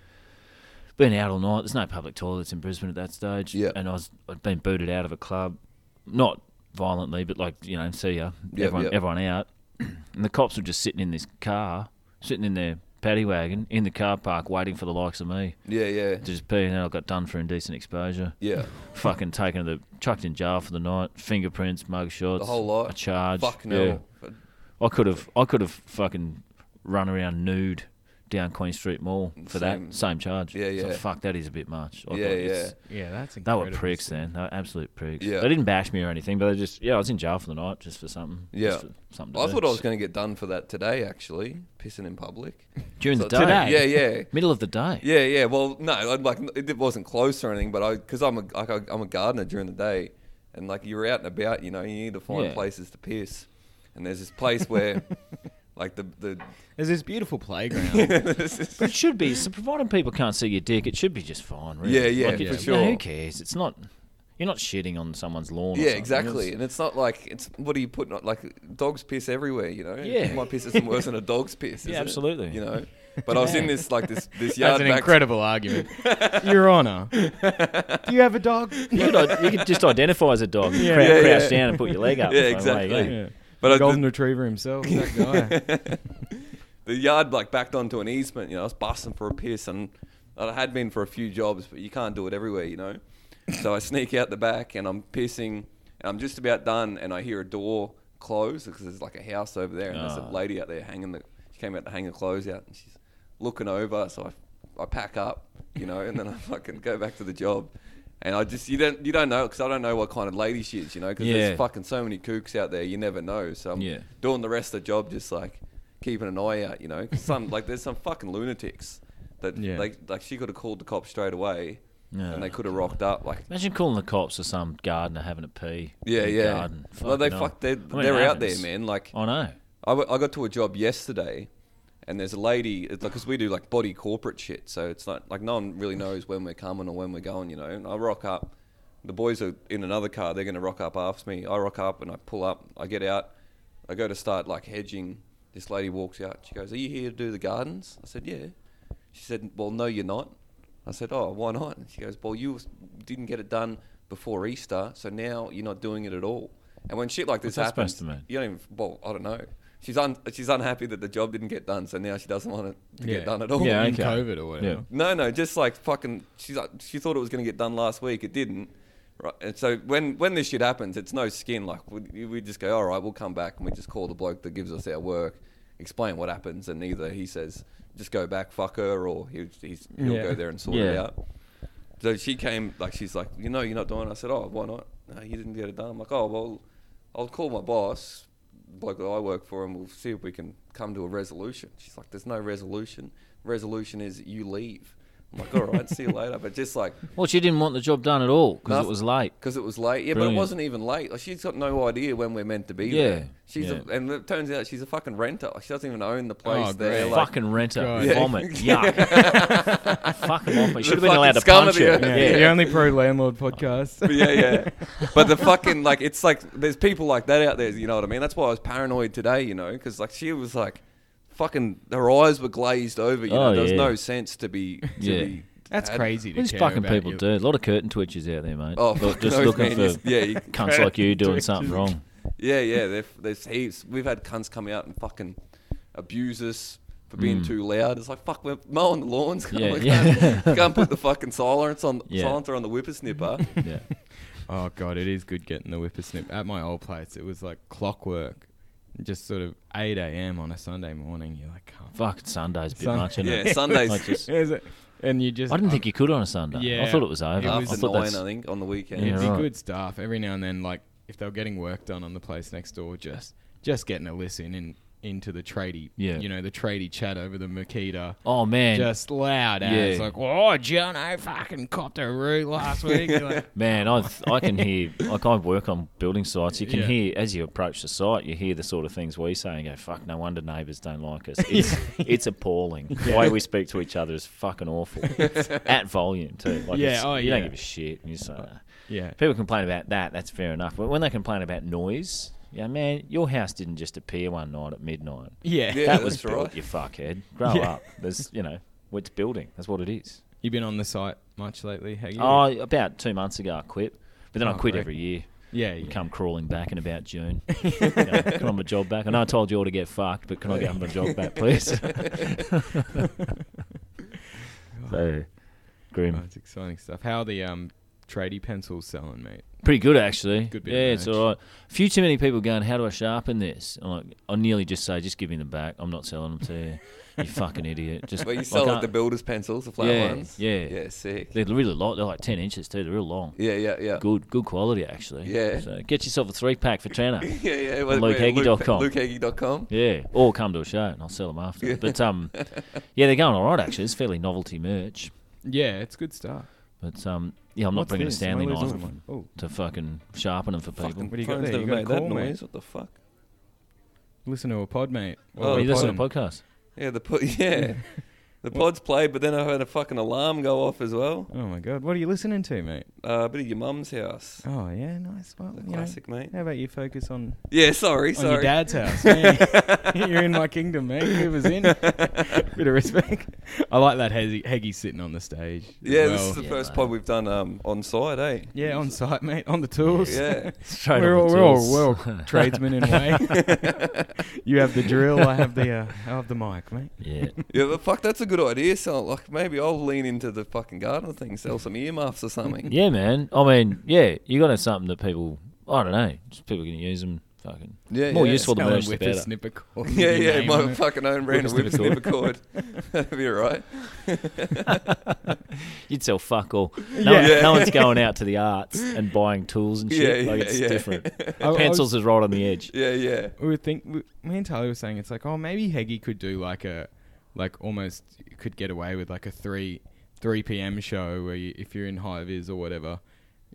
S3: Been out all night. There's no public toilets in Brisbane at that stage.
S2: Yeah.
S3: And I was, I'd been booted out of a club, not violently, but like you know, see ya,
S2: Yep,
S3: everyone,
S2: yep.
S3: everyone out. And the cops were just sitting in this car, sitting in their paddy wagon in the car park, waiting for the likes of me
S2: Yeah, yeah,
S3: to just pee. And then I got done for indecent exposure
S2: yeah.
S3: fucking taken to the chucked in jail for the night. Fingerprints, mug shots,
S2: The whole lot.
S3: A charge.
S2: Fuck
S3: yeah.
S2: no.
S3: I could have. I could have fucking run around nude down Queen Street Mall for
S2: Same.
S3: that same charge.
S2: Yeah,
S3: So
S2: yeah.
S3: fuck, that is a bit much. I
S2: Yeah,
S3: thought Oh, it's-
S2: yeah.
S1: Yeah, that's
S3: They
S1: incredible.
S3: were pricks then. They were absolute pricks.
S2: Yeah.
S3: They didn't bash me or anything, but they just yeah, I was in jail for the night just for something.
S2: Yeah.
S3: just for something. To
S2: I
S3: do.
S2: thought I was going to get done for that today. Actually, pissing in public.
S3: during the
S2: So-
S3: day.
S2: Yeah, yeah.
S3: Middle of the day.
S2: Yeah, yeah. Well, no, I'd like it it wasn't close or anything, but I because I'm a like I- I'm a gardener during the day, and like you're out and about, you know, you need to find
S3: Yeah.
S2: places to piss, and there's this place where, like the the
S1: There's this beautiful playground.
S2: this is-
S3: But it should be. So provided people can't see your dick, it should be just fine. Really.
S2: Yeah, yeah,
S3: Like, if
S2: for
S3: it's- you know,
S2: sure.
S3: who cares? It's not. You're not shitting on someone's lawn. or
S2: yeah,
S3: something.
S2: exactly.
S3: It's-
S2: And it's not like it's what do you put? Not like dogs piss everywhere, you know.
S3: Yeah.
S2: my piss isn't worse than a dog's piss.
S3: Yeah,
S2: is it?
S3: absolutely.
S2: You know, but I was in this like this this
S1: that's
S2: yard
S1: an
S2: back.
S1: incredible argument, Your Honour. Do you have a dog?
S3: You could, you could just identify as a dog,
S1: Yeah.
S3: yeah, crouch,
S1: Yeah,
S3: crouch
S2: yeah.
S3: down and put your leg up.
S2: Yeah,
S3: and say, "Away you
S2: exactly.
S3: go."
S1: Yeah.
S2: But I-
S1: golden retriever himself, that guy.
S2: the yard like backed onto an easement. You know, I was busting for a piss, and I had been for a few jobs, but you can't do it everywhere, you know. so I sneak out the back, and I'm pissing, and I'm just about done, and I hear a door close because there's like a house over there, and there's a
S3: Ah.
S2: lady out there hanging the. She came out to hang her clothes out, and she's looking over. So I, I pack up, you know, and then I fucking go back to the job. And I just you don't you don't know because I don't know what kind of lady she is, you know, because
S3: Yeah.
S2: there's fucking so many kooks out there, you never know. So I'm
S3: Yeah.
S2: doing the rest of the job, just like keeping an eye out, you know. 'Cause Some like there's some fucking lunatics that
S1: Yeah.
S2: like like she could have called the cops straight away,
S3: Yeah.
S2: and they could have rocked up. Like
S3: Imagine calling the cops or some gardener having a pee.
S2: yeah,
S3: in the
S2: yeah.
S3: Garden.
S2: Well, they
S3: Fucking
S2: fuck. They
S3: hell. I mean,
S2: they're
S3: it
S2: out there,
S3: happens.
S2: man. Like
S3: I know.
S2: I, w- I got to a job yesterday, and there's a lady because we do like body corporate shit, so it's not like no one really knows when we're coming or when we're going, you know. And I rock up, the boys are in another car, they're going to rock up after me. I rock up and I pull up, I get out, I go to start like hedging. This lady walks out, she goes, "Are you here to do the gardens?" I said, "Yeah." She said, "Well, no, you're not." I said, "Oh, why not?" And she goes, "Well, you didn't get it done before Easter, so now you're not doing it at all." And when shit like this
S3: What's that
S2: happens,
S3: supposed to mean?
S2: you don't even. Well, I don't know. She's un, she's unhappy that the job didn't get done, so now she doesn't want it to
S1: Yeah.
S2: get done at all.
S3: Yeah,
S1: in
S3: okay.
S1: COVID or whatever.
S2: No, no, just like fucking. She's like, she thought it was going to get done last week. It didn't. Right. And so when when this shit happens, it's no skin. Like we, we just go, all right, we'll come back and we just call the bloke that gives us our work, explain what happens, and either he says just go back, fuck her, or he, he's, he'll
S1: Yeah.
S2: go there and sort it
S3: Yeah.
S2: out. So she came, like she's like, you know, you're not doing. it." I said, oh, why not? No, you didn't get it done. I'm like, oh well, I'll call my boss, the bloke that I work for, and we'll see if we can come to a resolution. She's like, there's no resolution. Resolution is you leave. I'm like, all right, see you later. But just like,
S3: Well, she didn't want the job done at all because
S2: Noth-
S3: it was late.
S2: because it was late. Yeah, but
S3: Brilliant.
S2: it wasn't even late. Like, she's got no idea when we're meant to be
S3: Yeah,
S2: there. She's a,
S3: yeah.
S2: and it turns out she's a fucking renter. Like, she doesn't even own the place
S1: Oh,
S2: there.
S1: great.
S2: Like,
S3: fucking renter,
S1: God.
S2: Yeah.
S3: vomit, yuck. Fuck him off. He should have been
S2: fucking
S3: allowed to
S2: scum of
S3: punch her.
S2: the
S1: Yeah,
S2: earth.
S3: Yeah.
S1: the only pro landlord podcast.
S2: yeah, yeah. But the fucking like, it's like there's people like that out there. You know what I mean? That's why I was paranoid today. You know, because like she was like, fucking, her eyes were glazed over. You
S3: Oh,
S2: know, there's
S3: yeah.
S2: no sense to be. To
S3: Yeah.
S2: be
S1: That's
S2: had.
S1: crazy. To
S3: What these
S1: care
S3: fucking
S1: about
S3: people
S1: you.
S3: do? A lot of curtain twitches out there, mate.
S2: Oh,
S3: Look,
S2: fuck
S3: just
S2: knows,
S3: looking
S2: man. Yes.
S3: for
S2: yeah, you,
S3: cunts like you doing something wrong.
S2: yeah, yeah. there- There's heaps. We've had cunts come out and fucking abuse us for being too loud. It's like fuck, we're mowing the lawns.
S3: Mm. Yeah,
S2: we
S3: yeah.
S2: can't, we can't put the fucking silence on
S3: Yeah.
S2: silencer on the whippersnipper.
S3: Yeah.
S1: Oh god, it is good getting the whippersnip. At my old place, it was like clockwork. Just sort of 8 a.m. on a Sunday morning. You're like, can't.
S3: Fucking Sunday's a bit
S1: Sun-
S3: much, isn't
S2: yeah,
S3: it?
S2: Sundays.
S3: Like just-
S1: Is it? And you just.
S3: I didn't think you could on a Sunday. I
S1: Yeah.
S3: thought it was over.
S1: It
S3: I
S1: was
S2: After
S3: thought
S2: nine, I
S3: that's
S2: think, on the weekend.
S1: It'd
S3: Yeah,
S1: be
S3: right.
S1: good stuff every now and then. Like if they were getting work done on the place next door, just just getting a listen in into the tradie.
S3: Yeah.
S1: You know the tradie chat over the Makita.
S3: oh man,
S1: Just loud
S3: Yeah.
S1: as like, "Whoa, Jono fucking copped a roux last week." You're like,
S3: man, I I can hear. Like I work on building sites. You can
S1: Yeah.
S3: hear as you approach the site, you hear the sort of things we say and go, "Fuck, no wonder neighbours don't like us." It's it's appalling. The way we speak to each other is fucking awful. At volume too. Like
S1: Yeah,
S3: it's-
S1: oh,
S3: you don't
S1: yeah.
S3: give a shit. You just, uh,
S1: yeah.
S3: People complain about that. That's fair enough. But when they complain about noise, yeah, man, your house didn't just appear one night at midnight.
S1: yeah,
S2: Yeah.
S3: that was
S2: that's right.
S3: built, you fuckhead. Grow
S1: Yeah.
S3: up. There's, you know, it's building. That's what it is.
S1: You been on the site much lately? Have you?
S3: Oh, about two months ago, I quit. But then I
S1: Oh,
S3: quit
S1: great.
S3: every year.
S1: yeah,
S3: You
S1: yeah.
S3: come crawling back in about June. You know, can I have my job back? I know I told you all to get fucked, but can I get my job back, please? so,
S1: Oh,
S3: grim.
S1: it's exciting stuff. How are the um tradie pencils selling, mate?
S3: Pretty good, actually.
S1: Good bit of
S3: yeah, it's
S1: merch.
S3: all right. A few too many people going, how do I sharpen this? I'm like, I nearly just say, just give me them back. I'm not selling them to you. You fucking idiot. Just,
S2: But
S3: I
S2: you sell like
S3: can't-
S2: the builder's pencils, the flat
S3: Yeah,
S2: ones.
S3: yeah.
S2: Yeah, sick.
S3: They're really long. They're like 10 inches, too. They're real long.
S2: Yeah, yeah, yeah.
S3: Good good quality, actually.
S2: Yeah.
S3: So get yourself a three pack for Trenner.
S2: Yeah, yeah.
S3: On lukehaggy.com.
S2: LukeHaggy.com.
S3: yeah. Or come to a show and I'll sell them after. But um, yeah, they're going all right, actually. It's fairly novelty merch.
S1: Yeah, it's good stuff.
S3: But um, yeah, I'm not
S1: What's
S3: bringing
S1: this?
S3: a Stanley
S1: Am I
S3: knife
S1: losing one? Oh,
S3: to fucking sharpen them for people.
S2: Fucking
S1: What do you got
S2: phone's
S1: there?
S2: never
S1: You got a
S2: made that
S1: call, mate.
S2: noise. What the fuck?
S1: listen to a pod, mate.
S2: Oh,
S3: oh,
S1: we're
S3: you listen to
S1: podding.
S3: podcasts.
S2: Yeah, the po- yeah. The pod's played, but then I heard a fucking alarm go off as well.
S1: Oh my god, what are you listening to, mate?
S2: Uh, a bit of your mum's house.
S1: Oh yeah, nice. Well,
S2: The
S1: you know,
S2: classic, mate.
S1: how about you focus on
S2: Yeah, sorry,
S1: on your
S2: sorry.
S1: dad's house? man. You're in my kingdom, mate. Who was in? Bit of respect. I like that Heggy, Heggy sitting on the stage. as
S2: Yeah, this
S1: well.
S2: is the
S3: Yeah,
S2: first
S3: mate.
S2: pod we've done um, on site, eh?
S1: yeah, on site, mate, on the tools.
S2: Yeah.
S3: Straight
S1: we're all,
S3: on the
S1: we're all
S3: tools.
S1: well tradesmen in a way. you have the drill, I have the uh, I have the mic, mate.
S3: Yeah.
S2: yeah, but fuck, that's a good idea. So, like, maybe I'll lean into the fucking garden thing, sell some earmuffs or something.
S3: Yeah, man. I mean, yeah, you got to have something that people, I don't know, just people can use them. Fucking
S2: Yeah,
S3: more
S2: yeah.
S3: useful than
S1: Tell 'em
S3: merch, the
S1: with
S3: better.
S1: a snipper cord.
S2: Yeah,
S1: Your
S2: yeah,
S1: name on
S2: my
S1: it.
S2: fucking own brand of
S1: Whippersnipper
S2: whippersnipper cord. That'd be all right.
S3: You'd sell fuck all. No, one-
S2: Yeah.
S3: no one's going out to the arts and buying tools and shit.
S2: Yeah,
S3: like
S2: yeah,
S3: it's
S2: yeah.
S3: different.
S1: I- I was-
S3: Pencils is right on the edge.
S2: Yeah, yeah.
S1: we were think we, me and Tyler were saying it's like oh maybe Heggy could do like a like almost could get away with like a three three p.m. show where you, if you're in high vis or whatever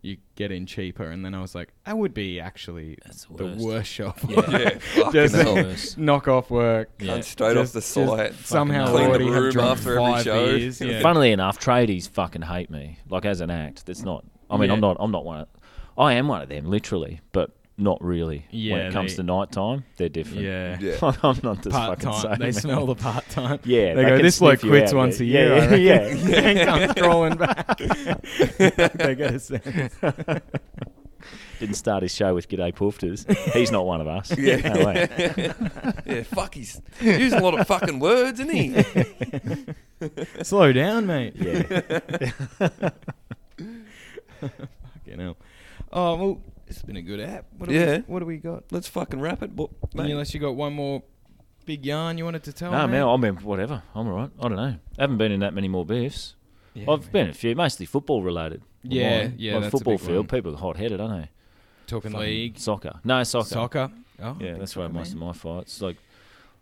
S1: you get in cheaper and then I was like that would be actually
S3: That's the
S1: the worst,
S3: worst.
S1: show
S2: Yeah, fucking
S1: just
S2: hell.
S3: worst.
S1: knock off work
S3: Yeah.
S2: Cunt straight
S1: Just-
S2: off the site.
S1: just somehow
S3: Clean the
S1: already have
S2: room
S1: drunk
S2: after every
S1: five
S2: show.
S1: beers, yeah.
S3: Funnily enough, tradies fucking hate me. Like as an act, that's not. I mean, I'm
S1: Yeah.
S3: not. I'm not one. Of, I am one of them, literally, but not really. when
S1: Yeah,
S3: it comes
S1: they-
S3: to night time, they're different.
S1: yeah,
S2: Yeah.
S3: I'm not this
S1: part
S3: fucking
S1: time
S3: same.
S1: they smell the part time
S3: Yeah,
S1: they
S3: they
S1: go
S3: can
S1: this bloke
S3: sniff you
S1: quits
S3: out,
S1: once
S3: yeah.
S1: a year
S3: Yeah,
S1: I
S3: yeah,
S1: reckon." and comes crawling back they get a sense
S3: Didn't start his show with "G'day Poofters." He's not one of us.
S2: Yeah.
S3: No way.
S2: Yeah, fuck, he's using a lot of fucking words, isn't he?
S1: Slow down, mate.
S3: Yeah.
S1: Fucking hell. Oh well, it's been a good app. What have
S2: Yeah.
S1: We, what do we got?
S2: Let's fucking wrap it, but mate.
S1: Unless you got one more big yarn you wanted to tell.
S3: no,
S1: mate?
S3: man. I mean, whatever. I'm all right. I don't know. I haven't been in that many more beefs.
S1: Yeah,
S3: I've been a few, mostly football related.
S1: Yeah,
S3: Mine.
S1: yeah,
S3: On
S1: that's a
S3: football
S1: big
S3: field,
S1: one.
S3: people are hot headed, aren't they?
S1: talking
S3: Fucking
S1: league,
S3: soccer. No, soccer.
S1: soccer. Oh,
S3: Yeah,
S1: big
S3: that's where
S1: soccer
S3: most of
S1: man.
S3: my fights. Like,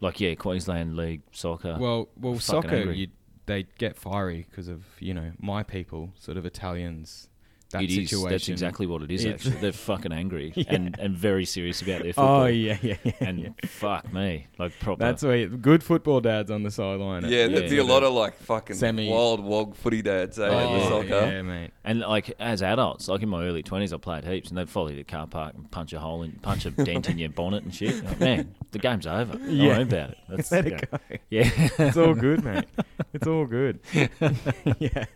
S3: like yeah, Queensland League soccer.
S1: Well, well,
S3: Fucking
S1: soccer.
S3: angry.
S1: You they get fiery because of you know my people, sort of Italians. That
S3: It is.
S1: situation.
S3: That's exactly what it is.
S1: It's-
S3: Actually, they're fucking angry
S1: Yeah.
S3: and, and very serious about their football.
S1: Oh yeah, yeah, yeah.
S3: And
S1: yeah.
S3: fuck me, like proper.
S1: That's why good football dads on the sideline.
S2: Yeah, there'd be a lot of like fucking
S1: Semi-
S2: wild wog footy dads, eh? at the
S1: Oh,
S2: soccer.
S1: yeah, mate.
S3: And like as adults, like in my early twenties, I played heaps, and they'd follow you to the car park and punch a hole in, punch a dent in your bonnet and shit. Like, Man, the game's over.
S1: Yeah.
S3: I know about it. That's,
S1: Let
S3: yeah.
S1: it go.
S3: Yeah.
S1: It's all good, mate. It's all good. yeah.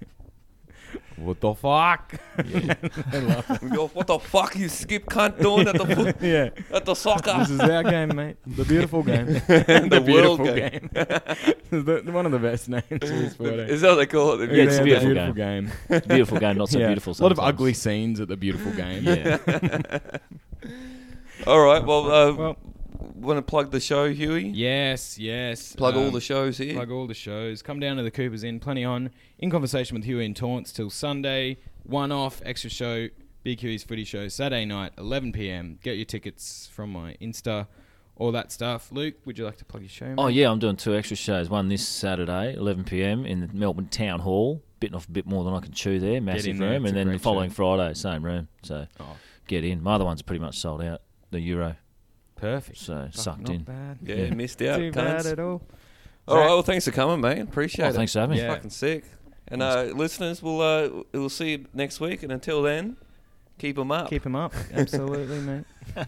S1: What the fuck?
S2: We go, what the fuck you skip cunt doing at the foot,
S1: yeah.
S2: at the soccer?
S1: This is our game, mate. The beautiful game.
S2: The world
S1: beautiful
S2: game.
S1: game. The- one of the best names for this photo.
S2: Is that what they call it? The
S3: Yeah, it's a
S1: the
S3: beautiful
S1: game.
S3: beautiful game, not so
S1: Yeah.
S3: beautiful.
S1: A lot
S3: Sometimes.
S1: of ugly scenes at the beautiful game.
S3: Yeah.
S2: All right. Well, uh,
S1: Well-
S2: want to plug the show, Huey?
S1: Yes, yes.
S2: Plug all
S1: Um,
S2: the shows here.
S1: Plug all the shows. Come down to the Cooper's Inn. Plenty on. In conversation with Huey and Taunts till Sunday. One off extra show. Big Huey's footy show Saturday night, 11 p.m. Get your tickets from my Insta, all that stuff. Luke, would you like to plug your show?
S3: Oh
S1: mate?
S3: yeah, I'm doing two extra shows. One this Saturday, 11 p.m. in the Melbourne Town Hall. Bitten off a bit more than I can chew there. Massive
S1: there,
S3: room,
S1: it's
S3: and
S1: a
S3: then the
S1: great
S3: following
S1: show.
S3: Friday, same room. So
S1: Oh,
S3: get in. My other one's pretty much sold out. The Euro,
S1: perfect.
S3: so
S1: Fuck,
S3: sucked
S1: not
S3: in.
S1: Bad.
S2: yeah,
S3: Yeah.
S2: missed out.
S1: Too bad
S2: cunts.
S1: at all.
S2: All right.
S1: Zach.
S2: Well, thanks for coming, mate. Appreciate
S3: Oh,
S2: it.
S3: thanks for having me.
S2: It's
S1: Yeah.
S2: Fucking sick. And uh, listeners, we'll uh, we'll see you next week. And until then, keep 'em up.
S1: Keep him up. Absolutely, mate.